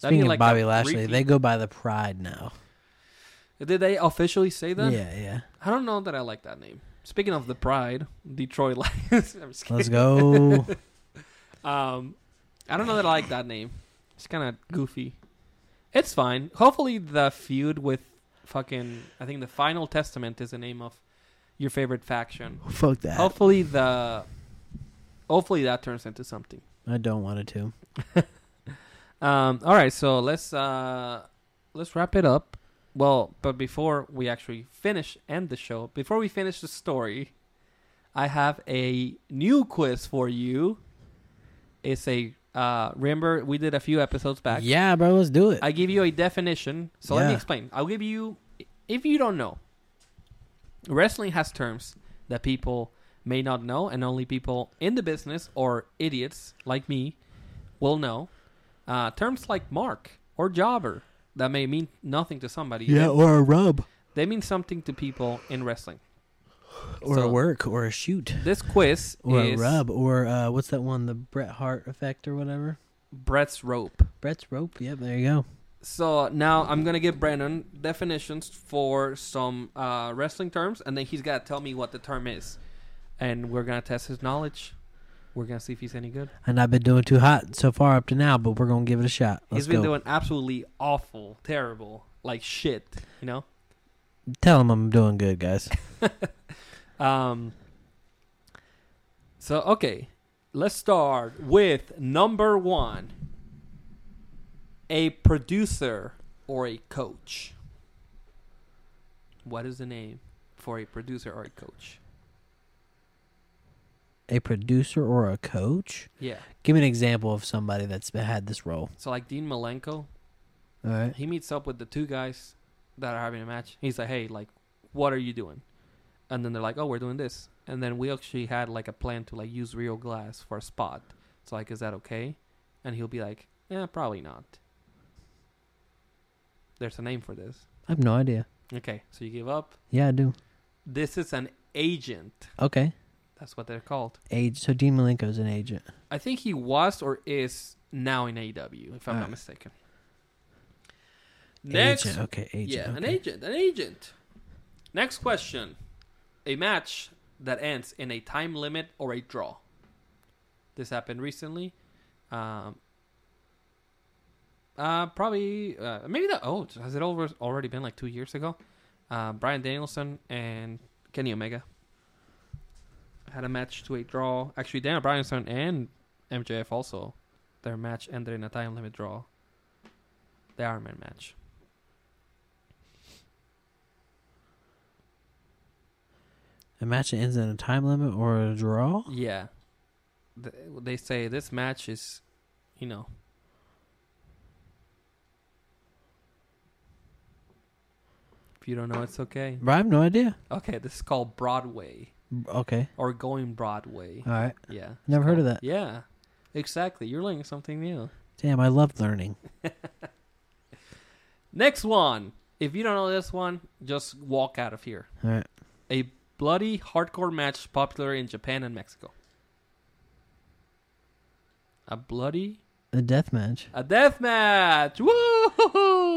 That'd be Speaking like of a Bobby Lashley, repeat. they go by the Pride now. Did they officially say that? yeah, yeah. I don't know that I like that name. Speaking of the Pride, Detroit Lions. I'm just Let's go. kidding. Um, I don't know that I like that name. It's kind of goofy. It's fine. Hopefully, the feud with fucking I think the Final Testament is the name of your favorite faction. Fuck that. Hopefully the hopefully that turns into something. I don't want it to. Um, all right, so let's uh, let's wrap it up. Well, but before we actually finish end the show, before we finish the story, I have a new quiz for you. It's a uh, remember we did a few episodes back. Yeah, bro, let's do it. I give you a definition. So let me Yeah. explain. I'll give you, if you don't know, wrestling has terms that people may not know, and only people in the business or idiots like me will know. Uh, terms like mark or jobber that may mean nothing to somebody. yeah, They, or a rub, they mean something to people in wrestling. or a So- work, or a shoot, This quiz or is a rub, or uh, what's that one? The Bret Hart effect, or whatever. Brett's rope. Bret's rope. Yep, there you go. So now I'm gonna give Brandon definitions for some uh, wrestling terms, and then he's gotta tell me what the term is, and we're gonna test his knowledge. We're gonna see if he's any good. And I've been doing too hot so far up to now, but we're gonna give it a shot. Let's he's been go. doing absolutely awful, terrible, like shit. You know. Tell him I'm doing good, guys. Um. So okay, let's start with number one. A producer or a coach. What is the name for a producer or a coach? a producer or a coach. Yeah. Give me an example of somebody that's been- had this role. So like Dean Malenko, All right. he meets up with the two guys that are having a match. He's like, "Hey, like, what are you doing?" And then they're like, "Oh, we're doing this." And then we actually had like a plan to like use real glass for a spot. So like, is that okay? And he'll be like, "Yeah, probably not." There's a name for this. I have no idea. Okay, so you give up. Yeah, I do. This is an agent. Okay. That's what they're called. Age. So Dean Malenko's an agent. I think he was or is now in AEW, if I'm Ah. not mistaken. Next Agent. Okay. Agent. yeah, an okay. agent, an agent. Next question: A match that ends in a time limit or a draw. This happened recently. Um, uh, probably uh, maybe that. Oh, has it over, already been like two years ago? Uh, Brian Danielson and Kenny Omega had a match to a draw. Actually, Daniel Bryanson and MJF also their match ended in a time limit draw. The Iron Man match. A match that ends in a time limit or a draw? Yeah. Th- They say this match is, you know. If you don't know, it's okay. Bro, I have no idea. Okay, this is called Broadway B- Okay. or Going Broadway. All right. Yeah. it's Uh, Never heard of called- that. Yeah. Exactly. You're learning something new. Damn, I love learning. Next one. If you don't know this one, just walk out of here. All right. A bloody hardcore match popular in Japan and Mexico. A bloody A death match. a death match. Woo!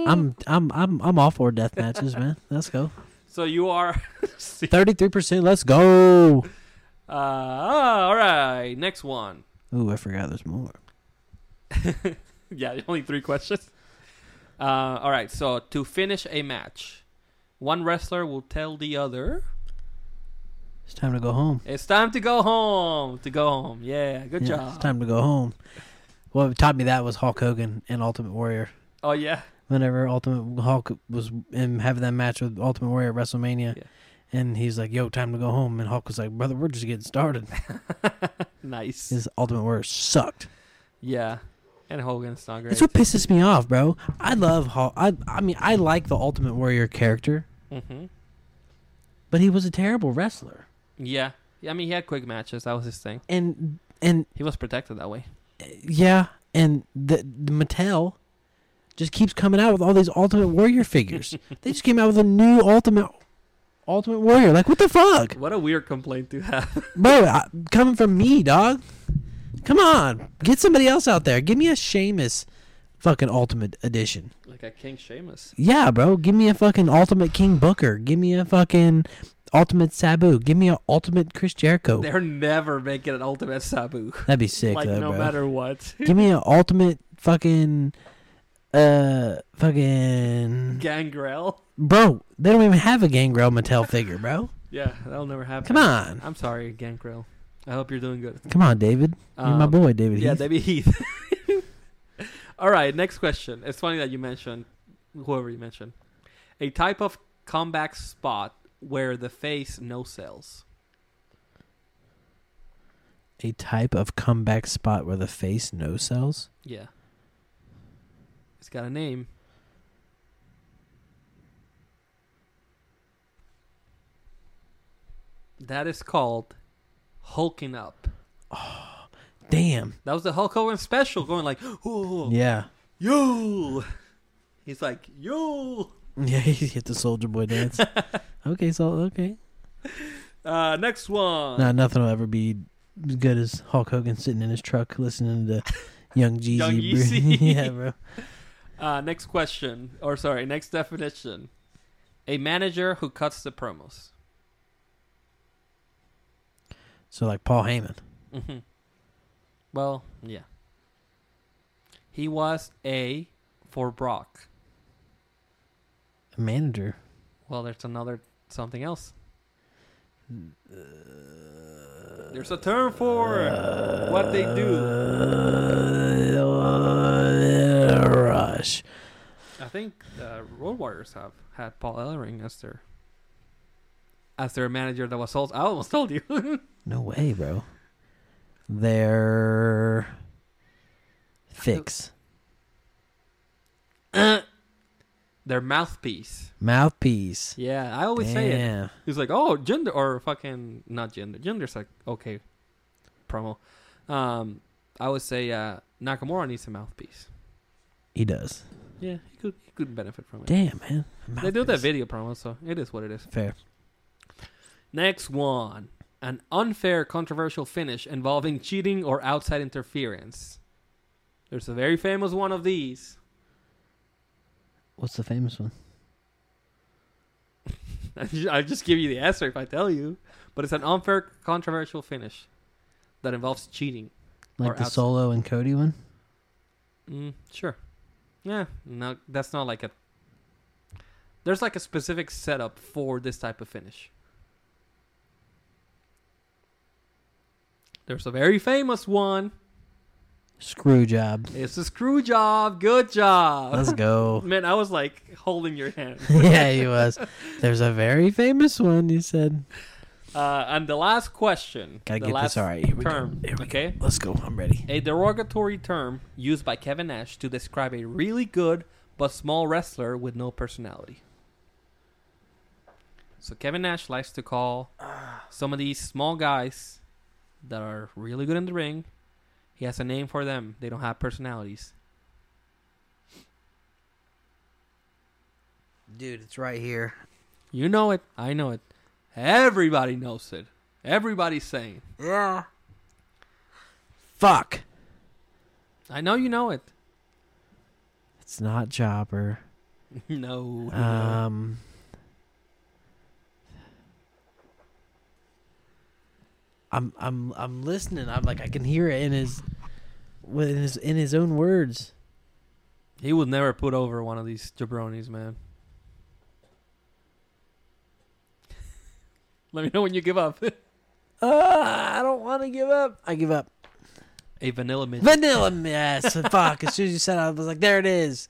I'm I'm I'm I'm all for death matches, man. Let's go. so you are. See- Thirty three percent. Let's go. uh, all right. Next one. Ooh, I forgot there's more. Yeah, only three questions. Uh, all right. So to finish a match, one wrestler will tell the other, It's time to go home. "It's time to go home. To go home. Yeah. Good Yeah, job. It's time to go home. What taught me that was Hulk Hogan and Ultimate Warrior. Oh yeah. Whenever Ultimate Hulk was and having that match with Ultimate Warrior at WrestleMania, Yeah. and he's like, "Yo, time to go home," and Hulk was like, "Brother, we're just getting started." Nice. His Ultimate Warrior sucked. yeah. And Hogan's not great. That's what pisses me off, bro. I love Hulk. I I mean, I like the Ultimate Warrior character, hmm but he was a terrible wrestler. Yeah. Yeah, I mean, he had quick matches. That was his thing. And and He was protected that way. Yeah, and the, the Mattel just keeps coming out with all these Ultimate Warrior figures. they just came out with a new Ultimate Ultimate Warrior. Like what the fuck, What a weird complaint to have. bro? I, coming from me, dog. Come on, get somebody else out there. Give me a Sheamus fucking Ultimate Edition. like a King Sheamus. Yeah, bro. Give me a fucking Ultimate King Booker. Give me a fucking Ultimate Sabu. Give me a Ultimate Chris Jericho. They're never making an Ultimate Sabu. That'd be sick, like, though, no bro. matter what. Give me an ultimate fucking uh fucking Gangrel. bro. They don't even have a Gangrel Mattel figure, bro. Yeah, that'll never happen. Come on, I'm sorry, Gangrel. I hope you're doing good. come on, David. You're my Um, boy, David. Yeah, Heath. Debbie Heath. All right, next question. It's funny that you mentioned whoever you mentioned. A type of comeback spot where the face no sells. a type of comeback spot where the face no sells. Yeah. It's got a name. That is called hulking up. Damn. That was the Hulk Hogan special going like, "Ooh, Yeah. yo." He's like, "Yo." Yeah, he hit the Soldier Boy dance. okay, so okay. Uh, next one. Now nothing will ever be as good as Hulk Hogan sitting in his truck listening to Young Jeezy. Young bro. Yeezy. yeah, bro. Uh, next question, or sorry, next definition. A manager who cuts the promos. So like Paul Heyman. hmm Well, yeah. He was a for Brock. A manager. Well, there's another something else. Hmm. There's a term for what they do. Uh, Rush. I think uh, Road Warriors have had Paul Ellering as their as their manager. That was sold. I almost told you. No way, bro. Their fix their mouthpiece. mouthpiece. Yeah, I always say it. Damn. He's like, oh, gender or fucking not gender. Gender's like okay, promo. Um, I would say uh, Nakamura needs a mouthpiece. He does. Yeah, he could he could benefit from it. Damn, man. They do that Mouthpiece. video promo, so it is what it is. Fair. Next one, an unfair, controversial finish involving cheating or outside interference. There's a very famous one of these. What's the famous one? I just give you the answer if I tell you, but it's an unfair, controversial finish that involves cheating. Like Or the outs- solo and Cody one? Mm, sure. Yeah, no, that's not like a. There's like a specific setup for this type of finish. There's a very famous one. Screw job. It's a screw job. Good job. Let's go. Man, I was like holding your hand. yeah, he was. There's a very famous one. You said Uh, and the last question. Gotta the get last this all right. Here we term. go. Here we okay. go. Let's go. I'm ready. A derogatory term used by Kevin Nash to describe a really good but small wrestler with no personality. So Kevin Nash likes to call some of these small guys that are really good in the ring. He has a name for them. They don't have personalities. Dude, it's right here. You know it. I know it. Everybody knows it. Everybody's saying. it. Yeah. Fuck. I know you know it. It's not Jobber. no. no. Um. I'm I'm I'm listening. I'm like I can hear it in his, in his in his own words. He would never put over one of these jabronis, man. Let me know when you give up. Ah, I don't want to give up. I give up. A vanilla midget. Vanilla mess. Fuck. As soon as you said, it, I was like, there it is.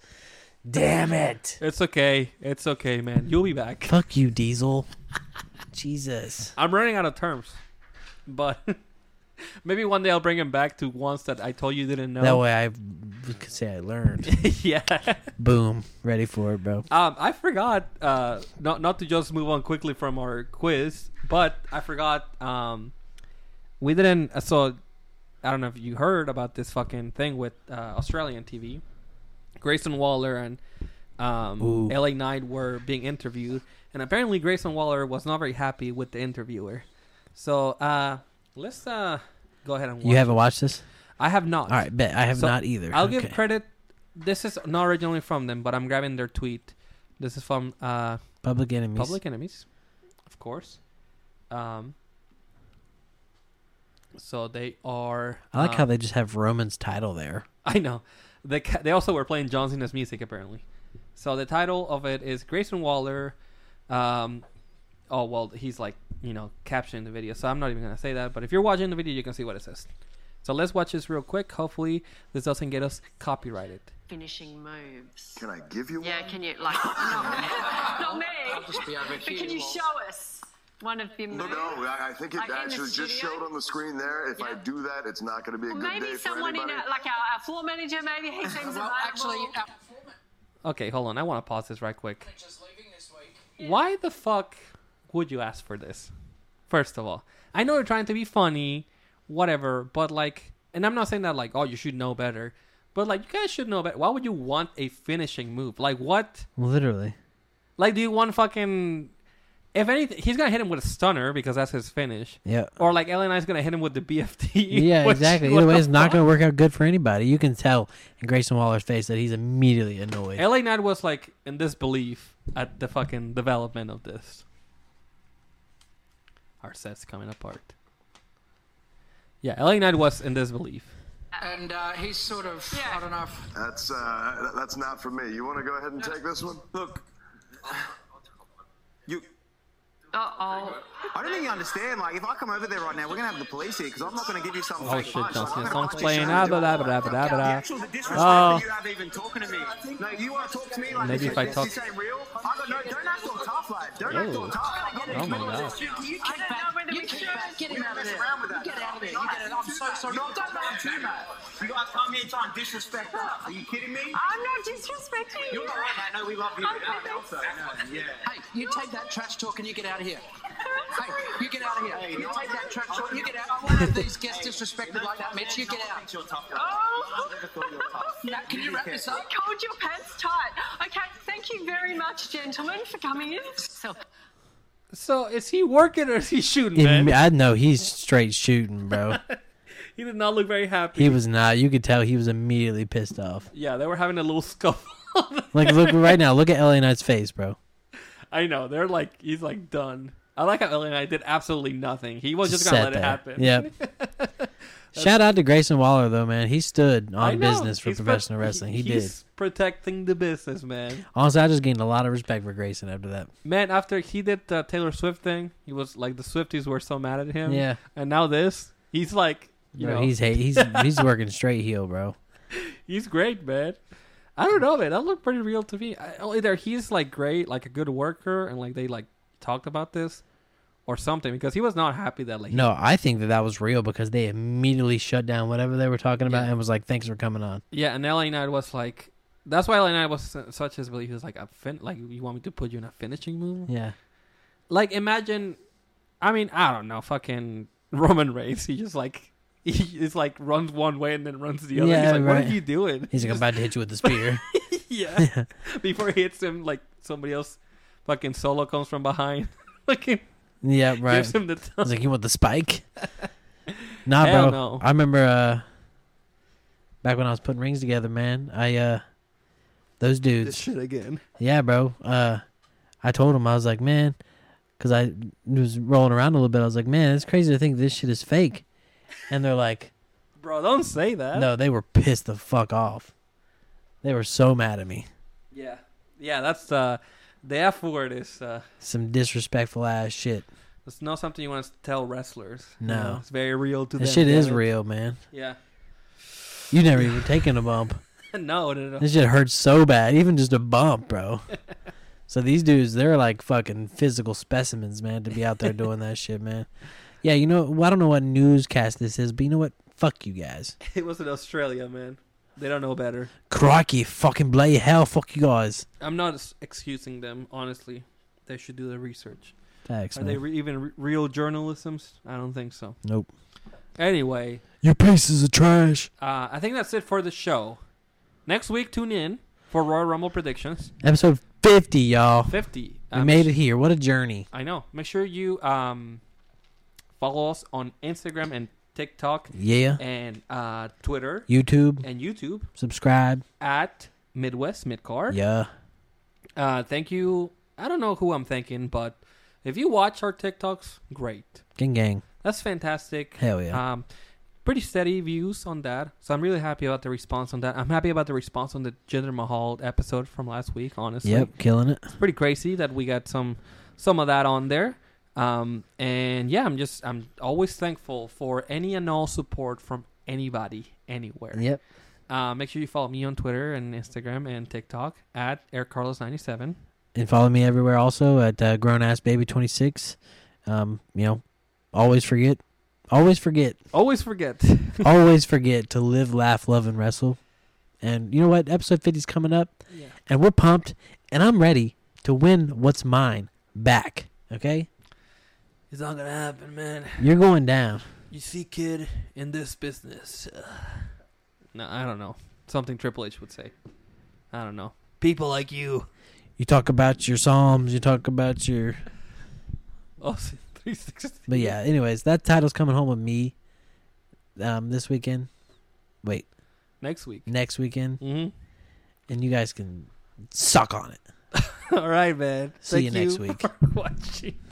Damn it. it's okay. It's okay, man. You'll be back. Fuck you, Diesel. Jesus. I'm running out of terms, but maybe one day I'll bring him back to ones that I told you didn't know. That way I could say I learned. yeah. Boom. Ready for it, bro. Um, I forgot. Uh, not not to just move on quickly from our quiz, but I forgot. Um, we didn't. uh, So I don't know if you heard about this fucking thing with uh, Australian TV. Grayson Waller and um, Ooh. LA Knight were being interviewed, and apparently Grayson Waller was not very happy with the interviewer. So uh, let's uh, go ahead and watch. You haven't watched this? I have not. All right, bet. I have So, not either. I'll give Okay. credit. This is not originally from them, but I'm grabbing their tweet. This is from uh, Public Enemies. Public Enemies, of course. Um, so they are. I like uh, how they just have Roman's title there. I know. They ca- they also were playing John Cena's music apparently. So the title of it is Grayson Waller. Um, oh well, he's like you know captioning the video, so I'm not even gonna say that. But if you're watching the video, you can see what it says. So let's watch this real quick. Hopefully, this doesn't get us copyrighted. finishing moves. Can I give you Yeah, can you like not, not me? but can you show us one of the one? moves? No, I, I think it Like in the actually just studio? showed on the screen there. If I Yeah. do that, it's not going to be a Well, good day maybe for someone in anybody. our, like our, our floor manager, maybe he seems available. Actually, uh, Okay, hold on. I want to pause this right quick. just leaving this week. Why the fuck would you ask for this? First of all, I know you're trying to be funny, whatever, but like, and I'm not saying that like, oh, you should know better, but like, you guys should know better. Why would you want a finishing move? Like, what? Literally. Like, do you want fucking. If anything, he's gonna hit him with a stunner because that's his finish. Yeah. Or like LA Knight's gonna hit him with the BFT. Yeah, which- exactly. what Either way, the it's not fuck? going to work out good for anybody. You can tell in Grayson Waller's face that he's immediately annoyed. LA Knight was like in disbelief at the fucking development of this. Our set's coming apart. Yeah, LA Knight was in disbelief. And uh, he's sort of, Yeah. I don't know. If, That's uh, th- that's not for me. You want to go ahead and take this one? Look, you. Uh oh. I don't think you understand. Like, if I come over there right now, we're gonna have the police here because I'm not gonna give you something. Oh shit, John Cena I'm song's playing. Ah, blah, blah, blah, blah, blah, The blah. actual the disrespect Oh. that you have even talking to me. No, you want to talk to me like Maybe this, if I this- talk- this ain't real. I got no. Don't act all tough, lad. Don't act Ooh. all tough. Oh my god. you I don't know whether you we kick should. back, get him out of mess there. around with that. You get out of there. You get it. I'm so sorry. No, don't let him do that. You guys come here and try and disrespect us. Are you kidding me? I'm not disrespecting you. You're all right, mate. No, we love you. Okay, Yeah, thanks. also, no, yeah. Hey, you take that trash talk and you get out of here. Hey, you get out of here. you take that trash talk. You get out. I won't have these guests disrespected like that, Mitch. You get out. You're tough, lad. Oh, Now, can you wrap this you up? hold your pants tight. Okay, thank you very much, gentlemen, for coming in. So, So is he working or is he shooting, Imme- man? I know he's straight shooting, bro. He did not look very happy. he was not. You could tell he was immediately pissed off. yeah, they were having a little scuffle. Like, look right now. Look at LA Knight's face, bro. I know. They're like he's like done. I like how LA Knight did absolutely nothing. He was just, sat gonna let it there. happen. Yep. Shout out to Grayson Waller though, man. He stood I on know. business for He's pro- professional wrestling. He did. he's protecting the business, man. Honestly, I just gained a lot of respect for Grayson after that. Man, after he did the Taylor Swift thing, he was like the Swifties were so mad at him. Yeah. And now this, he's like, you Bro, know, he's he's hate, he's he's working straight heel, bro. he's great, man. I don't know, man. That looked pretty real oh, to me. I, either he's like great, like a good worker, and like they like talked about this, or something because he was not happy that like he- No, I think that that was real because they immediately shut down whatever they were talking about and was like, "Thanks for coming on." yeah, and LA Knight was like that's why LA Knight was su- such as belief. He was like a fin- like you want me to put you in a finishing move? Yeah, Like imagine, I mean I don't know, fucking Roman Reigns. He just like he is like runs one way and then runs the other. Yeah, He's like, what right. are you doing? he's like, "I'm about to hit you with the spear." yeah. Before he hits him, like somebody else, fucking Solo comes from behind, fucking yeah, right. gives him the. I was like, "You want the spike?" nah, Hell bro. no. I remember uh, back when I was putting rings together, man. I uh, those dudes. shit again. Yeah, bro. Uh, I told him I was like, man, because I was rolling around a little bit. I was like, man, it's crazy to think this shit is fake. And they're like, Bro, don't say that. no, they were pissed the fuck off. They were so mad at me. Yeah. Yeah, that's uh, the F word is uh, Some disrespectful ass shit. it's not something you want to tell wrestlers. you No. know? It's very real to That them, shit damn is it. real, man. Yeah. You never even taken a bump. no, no, no. This shit hurts so bad, even just a bump, bro. So these dudes, they're like fucking physical specimens, man, to be out there doing that shit, man. Yeah, you know, well, I don't know what newscast this is, but you know what? Fuck you guys. It was in Australia, man. They don't know better. Crikey, fucking bloody hell, fuck you guys. I'm not s- excusing them, honestly. They should do the research. Thanks, Are they man. re- even re- real journalisms? I don't think so. nope. Anyway, You pieces of trash. Uh, I think that's it for the show. Next week, tune in for Royal Rumble predictions. Episode 50, y'all. 50. We Um, made it here. What a journey. I know. Make sure you um, follow us on Instagram and TikTok Yeah. and uh, Twitter YouTube, and YouTube subscribe. at Midwest Midcard. Yeah. Uh, thank you. I don't know who I'm thanking, but if you watch our TikToks, great. Gang gang. That's fantastic. Hell yeah. Um, pretty steady views on that, so I'm really happy about the response on that. I'm happy about the response on the Jinder Mahal episode from last week. Honestly, Yep, killing it. it's pretty crazy that we got some some of that on there. Um, and yeah, I'm just I'm always thankful for any and all support from anybody anywhere. Yep. Uh, make sure you follow me on Twitter and Instagram and TikTok at aircarlos97. and follow me everywhere also at uh, grown ass baby 26 um you know always forget always forget Always forget. always forget to live laugh love and wrestle and you know what episode 50 is coming up Yeah. and we're pumped and i'm ready to win what's mine back okay It's not gonna happen, man. you're going down You see, kid, in this business. no, I don't know. Something Triple H would say. I don't know. People like you. you talk about your psalms you talk about your Oh, 360. but yeah anyways that title's coming home with me um this weekend wait Next week. next weekend Mm-hmm. and you guys can suck on it All right, man. See you next week. for watching.